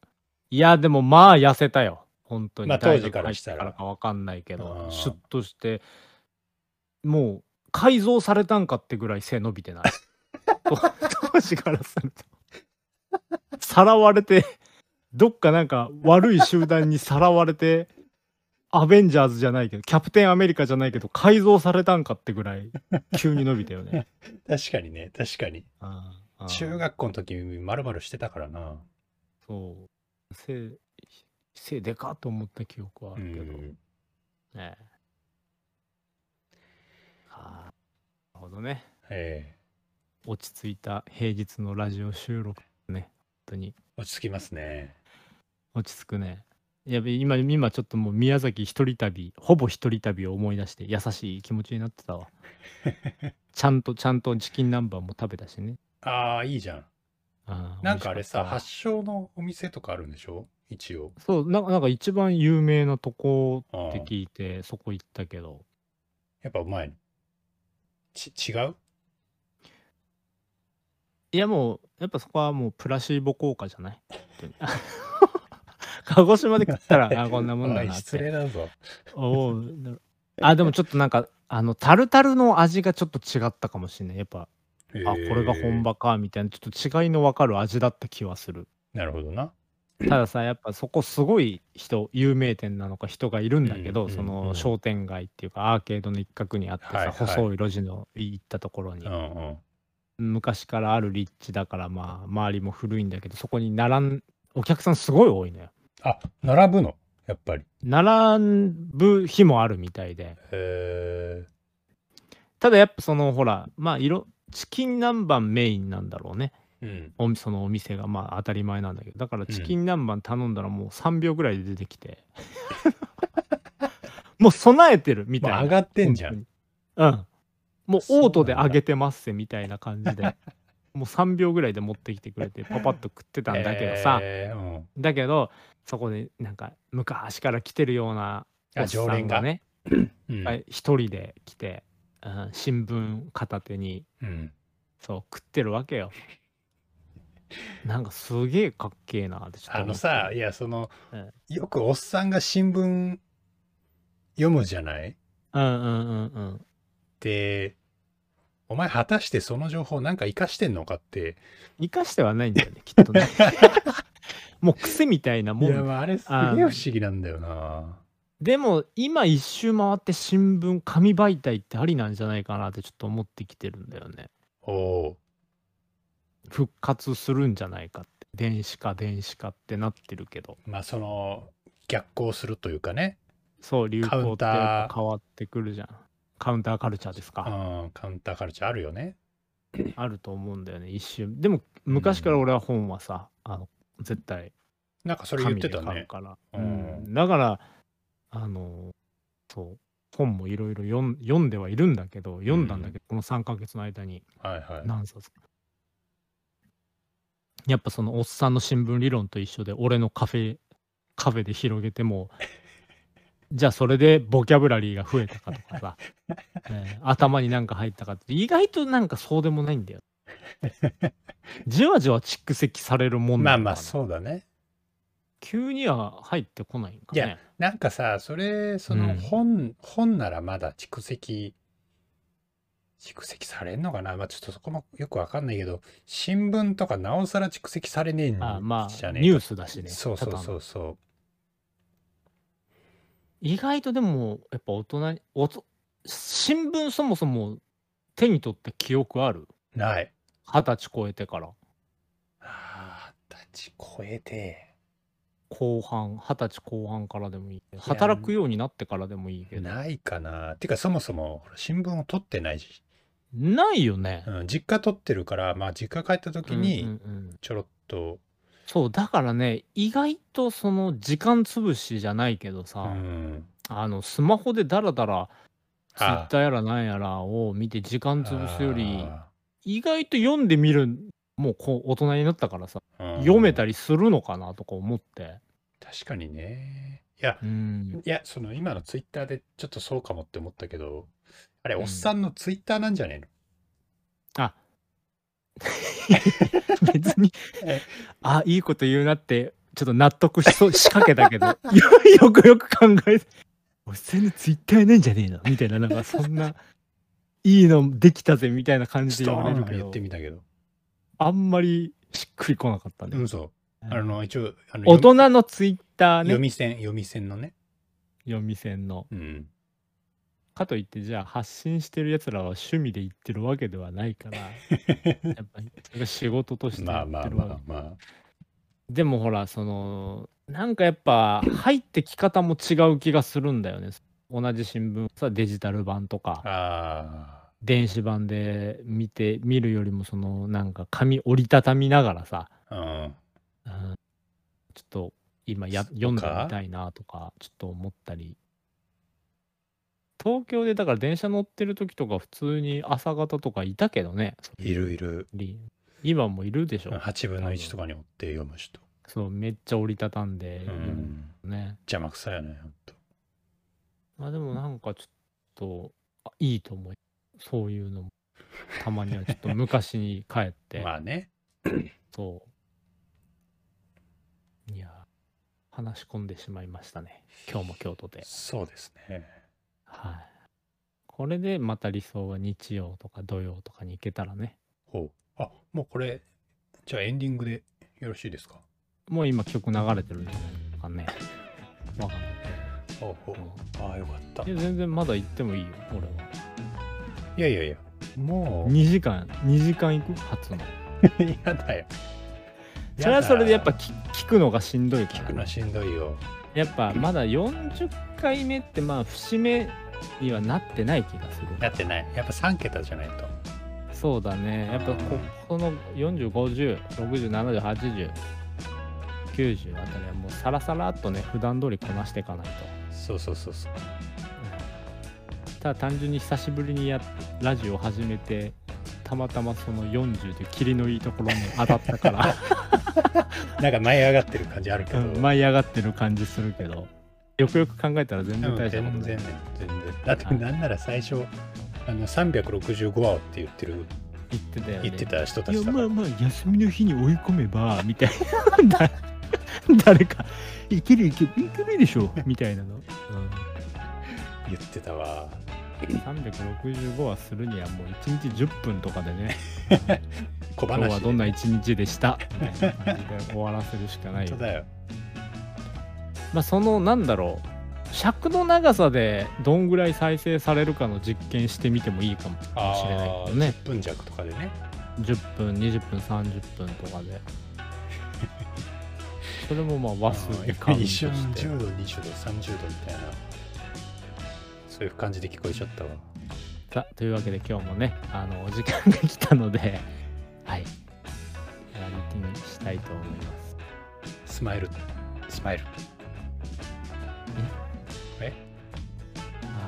Speaker 2: いや、でもまあ痩せたよ。本当に。
Speaker 1: まあ
Speaker 2: 大
Speaker 1: 当時
Speaker 2: 学
Speaker 1: から
Speaker 2: 入っ
Speaker 1: したら
Speaker 2: からかわかんないけ
Speaker 1: う
Speaker 2: ど、
Speaker 1: ん
Speaker 2: シュッとして、もう改造されたんかってぐらい背伸びて ない。と当時からすると。さらわれて、どっかなんか悪い集団にさらわれて、アベンジャーズじゃないけど、キャプテンアメリカじゃないけど、改造されたんかってぐらい、急に伸びた よね。
Speaker 1: 確かにね確かに
Speaker 2: うんうん
Speaker 1: 中学校の時まるまるしてたからな
Speaker 2: そう。背、背でかっと思った記憶はあ
Speaker 1: う
Speaker 2: るけど。
Speaker 1: ん
Speaker 2: ねえ。はあ。なるほどね。
Speaker 1: ええ
Speaker 2: 落ち着いた平日のラジオ収録ね。本当に
Speaker 1: 落ち着きますね
Speaker 2: 落ち着くね。やべ今、今ちょっともう宮崎一人旅、ほぼ一人旅を思い出して優しい気持ちになって たわ。ちゃんと、ちゃんとチキン南蛮も食べたしね。
Speaker 1: ああいいじゃん
Speaker 2: ああ
Speaker 1: なんかあれさ
Speaker 2: 美味しかったわ
Speaker 1: 発祥のお店とかあるんでしょ一応
Speaker 2: そうなんか、なんか一番有名なとこ
Speaker 1: あ
Speaker 2: って
Speaker 1: ー
Speaker 2: 聞いて、そこ行ったけど、
Speaker 1: やっぱうまいのち違う
Speaker 2: いやもうやっぱそこはもうプラシーボ効果じゃない本当に鹿児島で食った らあこんなもんだ
Speaker 1: おい
Speaker 2: なっ
Speaker 1: 失
Speaker 2: て
Speaker 1: 礼だぞ。
Speaker 2: おうなるあでもちょっとなんかあのタルタルの味がちょっと違ったかもしれないやっぱ、あこれが本
Speaker 1: 場。
Speaker 2: 場かみたいなちょっと違いの分かる味だった気はする
Speaker 1: なるほどな。
Speaker 2: たださやっぱそこすごい人有名店なのか人がいるんだけ
Speaker 1: う
Speaker 2: ど、
Speaker 1: んうん
Speaker 2: そ
Speaker 1: うん
Speaker 2: の商店街っていうかアーケードの一角にあってさ、
Speaker 1: はいはい
Speaker 2: 細い路地の行ったところに
Speaker 1: う、んうん。
Speaker 2: 昔からある立地だからまあ周りも古いんだけどそこに並んお客さんすごい多いのよ
Speaker 1: あ、並ぶのやっぱり。
Speaker 2: 並ぶ日もあるみたいで
Speaker 1: え
Speaker 2: ただやっぱそのほらまあ色チキン南蛮メインなんだろうね
Speaker 1: ーうん。
Speaker 2: おそのお店がまあ当たり前なんだけどだからチキン南蛮頼んだらもう3秒ぐらいで出てきて、 もう備えてるみたい
Speaker 1: ま
Speaker 2: な、
Speaker 1: あ、上がってんじゃん。
Speaker 2: 本当にうんもう
Speaker 1: そう
Speaker 2: オ
Speaker 1: な
Speaker 2: ー
Speaker 1: んだ
Speaker 2: トで上げてますせみたいな感 じでもう3秒ぐらいで持ってきてくれてパパッと食ってたんだけどさ、
Speaker 1: えーうん
Speaker 2: だけどそこでなんか昔から来てるようなお
Speaker 1: あ
Speaker 2: っさ
Speaker 1: 常連
Speaker 2: ん
Speaker 1: が
Speaker 2: がね
Speaker 1: うん
Speaker 2: はい一人で来て、うん新聞片手に
Speaker 1: うん
Speaker 2: そう食ってるわ けよ。なんかすげえかっけえなってちょっと
Speaker 1: あ
Speaker 2: 思
Speaker 1: の
Speaker 2: って
Speaker 1: さ、いや、その
Speaker 2: うん、
Speaker 1: よくおっさんが新聞読むじゃない
Speaker 2: うんうんうんうん
Speaker 1: で、お前果たしてその情報なんか活かしてんのかって。
Speaker 2: 生かしてはないんだよね き っとねもう癖みたいないも
Speaker 1: や、
Speaker 2: ん
Speaker 1: まあ、あれすげえ
Speaker 2: あ
Speaker 1: 不
Speaker 2: の
Speaker 1: 思議なんだよな。
Speaker 2: でも今一周回って新聞紙媒体ってありなんじゃないかなってちょっと思ってきてるんだよね
Speaker 1: おお
Speaker 2: 復活するんじゃないかって電子化電子化ってなってるけど
Speaker 1: ー。まあ、その、逆行するというかね。
Speaker 2: そう流
Speaker 1: カウ
Speaker 2: 行
Speaker 1: ン
Speaker 2: っ
Speaker 1: ター
Speaker 2: てやっぱ変わってくるじゃんカウンターカルチャーです
Speaker 1: う
Speaker 2: か
Speaker 1: ん、カウンターカルチャーあるよね。
Speaker 2: あると思うんだよね一瞬でも昔から俺は本はさ、あの絶対
Speaker 1: なんかそれ言っ
Speaker 2: 紙で
Speaker 1: て
Speaker 2: 買
Speaker 1: た
Speaker 2: う
Speaker 1: ね。
Speaker 2: から、
Speaker 1: うん
Speaker 2: うんだからあのそう本もいろいろ読ん読んではいるんだけど読んだんだけど、この3ヶ月の間に
Speaker 1: はいは
Speaker 2: 何冊かやっぱそのおっさんの新聞理論と一緒で俺のカフェカフェで広げて もじゃあそれでボキャブラリーが増えたかと かさ、えー頭になんか入ったかって意外となんかそうでもない んだよじわじわ蓄積されるも
Speaker 1: い。
Speaker 2: ん
Speaker 1: まあ
Speaker 2: なのかな
Speaker 1: まあ、そうだね。
Speaker 2: 急には入ってこないんか
Speaker 1: いや
Speaker 2: ね
Speaker 1: なんかさ、それ、そうの
Speaker 2: ん
Speaker 1: 本、本ならまだ蓄積、蓄積されんのかなまあちょっとそこもよくわかんないけど、新聞とかなおさら蓄積されねえんじ
Speaker 2: あま
Speaker 1: ゃ
Speaker 2: あ
Speaker 1: ね
Speaker 2: ニュー
Speaker 1: ス
Speaker 2: スだしね
Speaker 1: そうそう
Speaker 2: ただ
Speaker 1: そ
Speaker 2: の
Speaker 1: うそ
Speaker 2: 意外とでもやっぱ大人におと新聞そもそも手に取った記憶ある
Speaker 1: う。ない。
Speaker 2: 二十歳超えてから
Speaker 1: ああ、立ち超えて。
Speaker 2: 後半二十歳後半からでもいいけど働くようになってからでもいいけどな
Speaker 1: ないかな。てかそもそもほら新聞を取ってないし、
Speaker 2: いよね、
Speaker 1: うん、実家取ってるから、まあ実家帰った時
Speaker 2: うんう
Speaker 1: に
Speaker 2: んうん
Speaker 1: ちょろっと、
Speaker 2: そうだからね意外とその時間つぶしじゃないけどさ、
Speaker 1: うん
Speaker 2: あのスマホでダラダラツイ
Speaker 1: あ
Speaker 2: ッターやらなんやらを見て時間つぶすより
Speaker 1: あ
Speaker 2: 意外と読んでみるもうこう大人になったからさ、
Speaker 1: ーうん
Speaker 2: 読めたりするのかなとか思って
Speaker 1: 確かにね。いや、
Speaker 2: うん
Speaker 1: いや、その今のツイッターでちょっとそうかもって思ったけど、あれ、
Speaker 2: うん
Speaker 1: おっさんのツイッターなんじゃねえの
Speaker 2: あ別に
Speaker 1: え
Speaker 2: あいいこと言うなってちょっと納得しそう仕掛けた けどよよくよく考えて俺全然ツイッターねえんじゃねえのみたいななんかそ んないいのできたぜみたいな感じで
Speaker 1: ちょ
Speaker 2: 言
Speaker 1: っ
Speaker 2: わ
Speaker 1: と
Speaker 2: れ
Speaker 1: なん
Speaker 2: る
Speaker 1: か
Speaker 2: け
Speaker 1: 言っ
Speaker 2: ど
Speaker 1: てみたけど。
Speaker 2: あんまりしっくりこなかった
Speaker 1: う
Speaker 2: ね
Speaker 1: ん、そう。あの、一応、あの
Speaker 2: 大
Speaker 1: 読
Speaker 2: 人のツイッター
Speaker 1: み読
Speaker 2: ね
Speaker 1: み線、読み線のね。
Speaker 2: 読み線の
Speaker 1: うん。
Speaker 2: かといってじゃあ発信してるやつらは趣味で言ってるわけではない からやっぱりそれが仕事として
Speaker 1: ま
Speaker 2: や
Speaker 1: あ
Speaker 2: ってる
Speaker 1: ま
Speaker 2: わ
Speaker 1: あ
Speaker 2: け、
Speaker 1: まあまあ。
Speaker 2: でもほらそのなんかやっぱ入ってき方も違う気がするんだよね同じ新聞さデジタル版とか
Speaker 1: あ
Speaker 2: 電子版で見て見るよりもそのなんか紙折りたたみながらさ、
Speaker 1: あ、うん。
Speaker 2: うんちょっと今や
Speaker 1: そっか
Speaker 2: 読んでみたいなとかちょっと思ったり東京でだから電車乗ってる時とか普通に朝方とかいたけどね
Speaker 1: いるいる。
Speaker 2: リ今もいるでしょ
Speaker 1: 8分の1とかに追って読む人。
Speaker 2: そうめっちゃ折りたたんで
Speaker 1: う
Speaker 2: 読む
Speaker 1: ん。
Speaker 2: ね、
Speaker 1: 邪魔くさいよね、ほんと。
Speaker 2: まあでもなんかちょっとあいいと思う。そういうのも。たまにはちょっと昔に帰っ て、
Speaker 1: まあね。
Speaker 2: そういやー話し込んでしまいましたね今日も京都で
Speaker 1: そうですね。
Speaker 2: はいこれでまた理想は日曜とか土曜とかに行けたらね
Speaker 1: ほう。あ、もうこれ、じゃあエンディングでよろしいですか
Speaker 2: もう今曲流れてるんじゃないかねわかんない
Speaker 1: ほうほうああ、よかった。
Speaker 2: け
Speaker 1: い
Speaker 2: どいや全然まだ行ってもいいよ俺は
Speaker 1: やいやいや、も う、
Speaker 2: 2時間2時間行く初の
Speaker 1: 嫌だよ。
Speaker 2: それはそれでやっぱ
Speaker 1: 嫌だ
Speaker 2: 聞聞くのがしんどいか
Speaker 1: 聞
Speaker 2: ら
Speaker 1: くのしんどいよ。
Speaker 2: やっぱまだ40回目ってまあ節目にはなってない気がする
Speaker 1: なってない。やっぱ3桁じゃないと。
Speaker 2: そうだねやっぱここの405060708090あたりはもうサラサラっとね普段通りこなしていかない
Speaker 1: そうそうそうそう。
Speaker 2: とただ単純に久しぶりにやっラジオを始めてたまたまその40で霧のいいところに当たったから
Speaker 1: なんか舞い上がってる感じあるけ
Speaker 2: う
Speaker 1: ど。
Speaker 2: ん舞い上がってる感じするけどよくよく考えたら全
Speaker 1: で
Speaker 2: 然
Speaker 1: も
Speaker 2: 大
Speaker 1: 全
Speaker 2: したこと
Speaker 1: 然
Speaker 2: ない
Speaker 1: 全然だってなんなら最初あの365話をって言ってる
Speaker 2: 言ってたよね
Speaker 1: 言ってた人た
Speaker 2: いや
Speaker 1: ちだか
Speaker 2: ま
Speaker 1: ら
Speaker 2: あまあ休みの日に追い込めばみたいな だ誰か「いけるいけるいけるでしょ」みたいなの、
Speaker 1: 言ってたわ
Speaker 2: うん、365はするにはもう1日10分とかでね
Speaker 1: 小
Speaker 2: 今
Speaker 1: 話
Speaker 2: 日はどんな一日でしたみたいな感じで終わらせるしかな
Speaker 1: 本
Speaker 2: い
Speaker 1: 当
Speaker 2: よ
Speaker 1: だよ
Speaker 2: まあそのなんだろう尺の長さでどんぐらい再生されるかの実験してみてもいいかもしれない
Speaker 1: あ
Speaker 2: け
Speaker 1: ー
Speaker 2: どね
Speaker 1: 10分弱とかでね
Speaker 2: 10分20分30分とかで それもまあ和数にカウント
Speaker 1: 一
Speaker 2: して
Speaker 1: 瞬10度20度30度みたいなそういう感じで聞こえちゃったわ
Speaker 2: さあというわけで今日もねあのお時間が来たので はいエンディングしたいと思います
Speaker 1: スマイルスマイル
Speaker 2: あ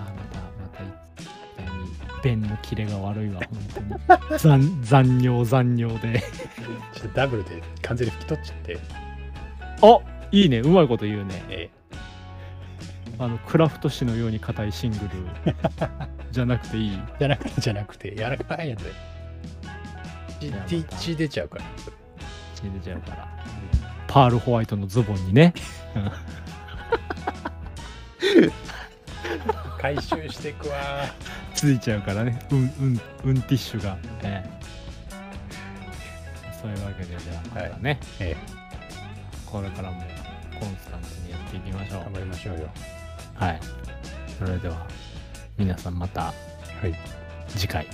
Speaker 2: あまたまた一回に弁のキレが悪いわ本当に 残残尿残尿で
Speaker 1: ちょっとダブルで完全に拭き取っちゃって
Speaker 2: あいいねうまいこと言うね
Speaker 1: え
Speaker 2: あのクラフト紙のように硬いシン グルじゃなくていい
Speaker 1: えじゃなくてじゃなくて柔らかいやつ
Speaker 2: いやまた
Speaker 1: 血血出ちゃうから
Speaker 2: 血出ちゃうからパールホワイトのズボンにね
Speaker 1: 回収していくわ
Speaker 2: ついちゃうからねうんうんうんティッシュが、ええそういうわけでじゃあ、
Speaker 1: はい
Speaker 2: またね
Speaker 1: え
Speaker 2: これからもコンスタントにやっていきましょ
Speaker 1: え頑
Speaker 2: う
Speaker 1: 張りましょうよ
Speaker 2: はいそれでは皆さんまた
Speaker 1: はい
Speaker 2: 次回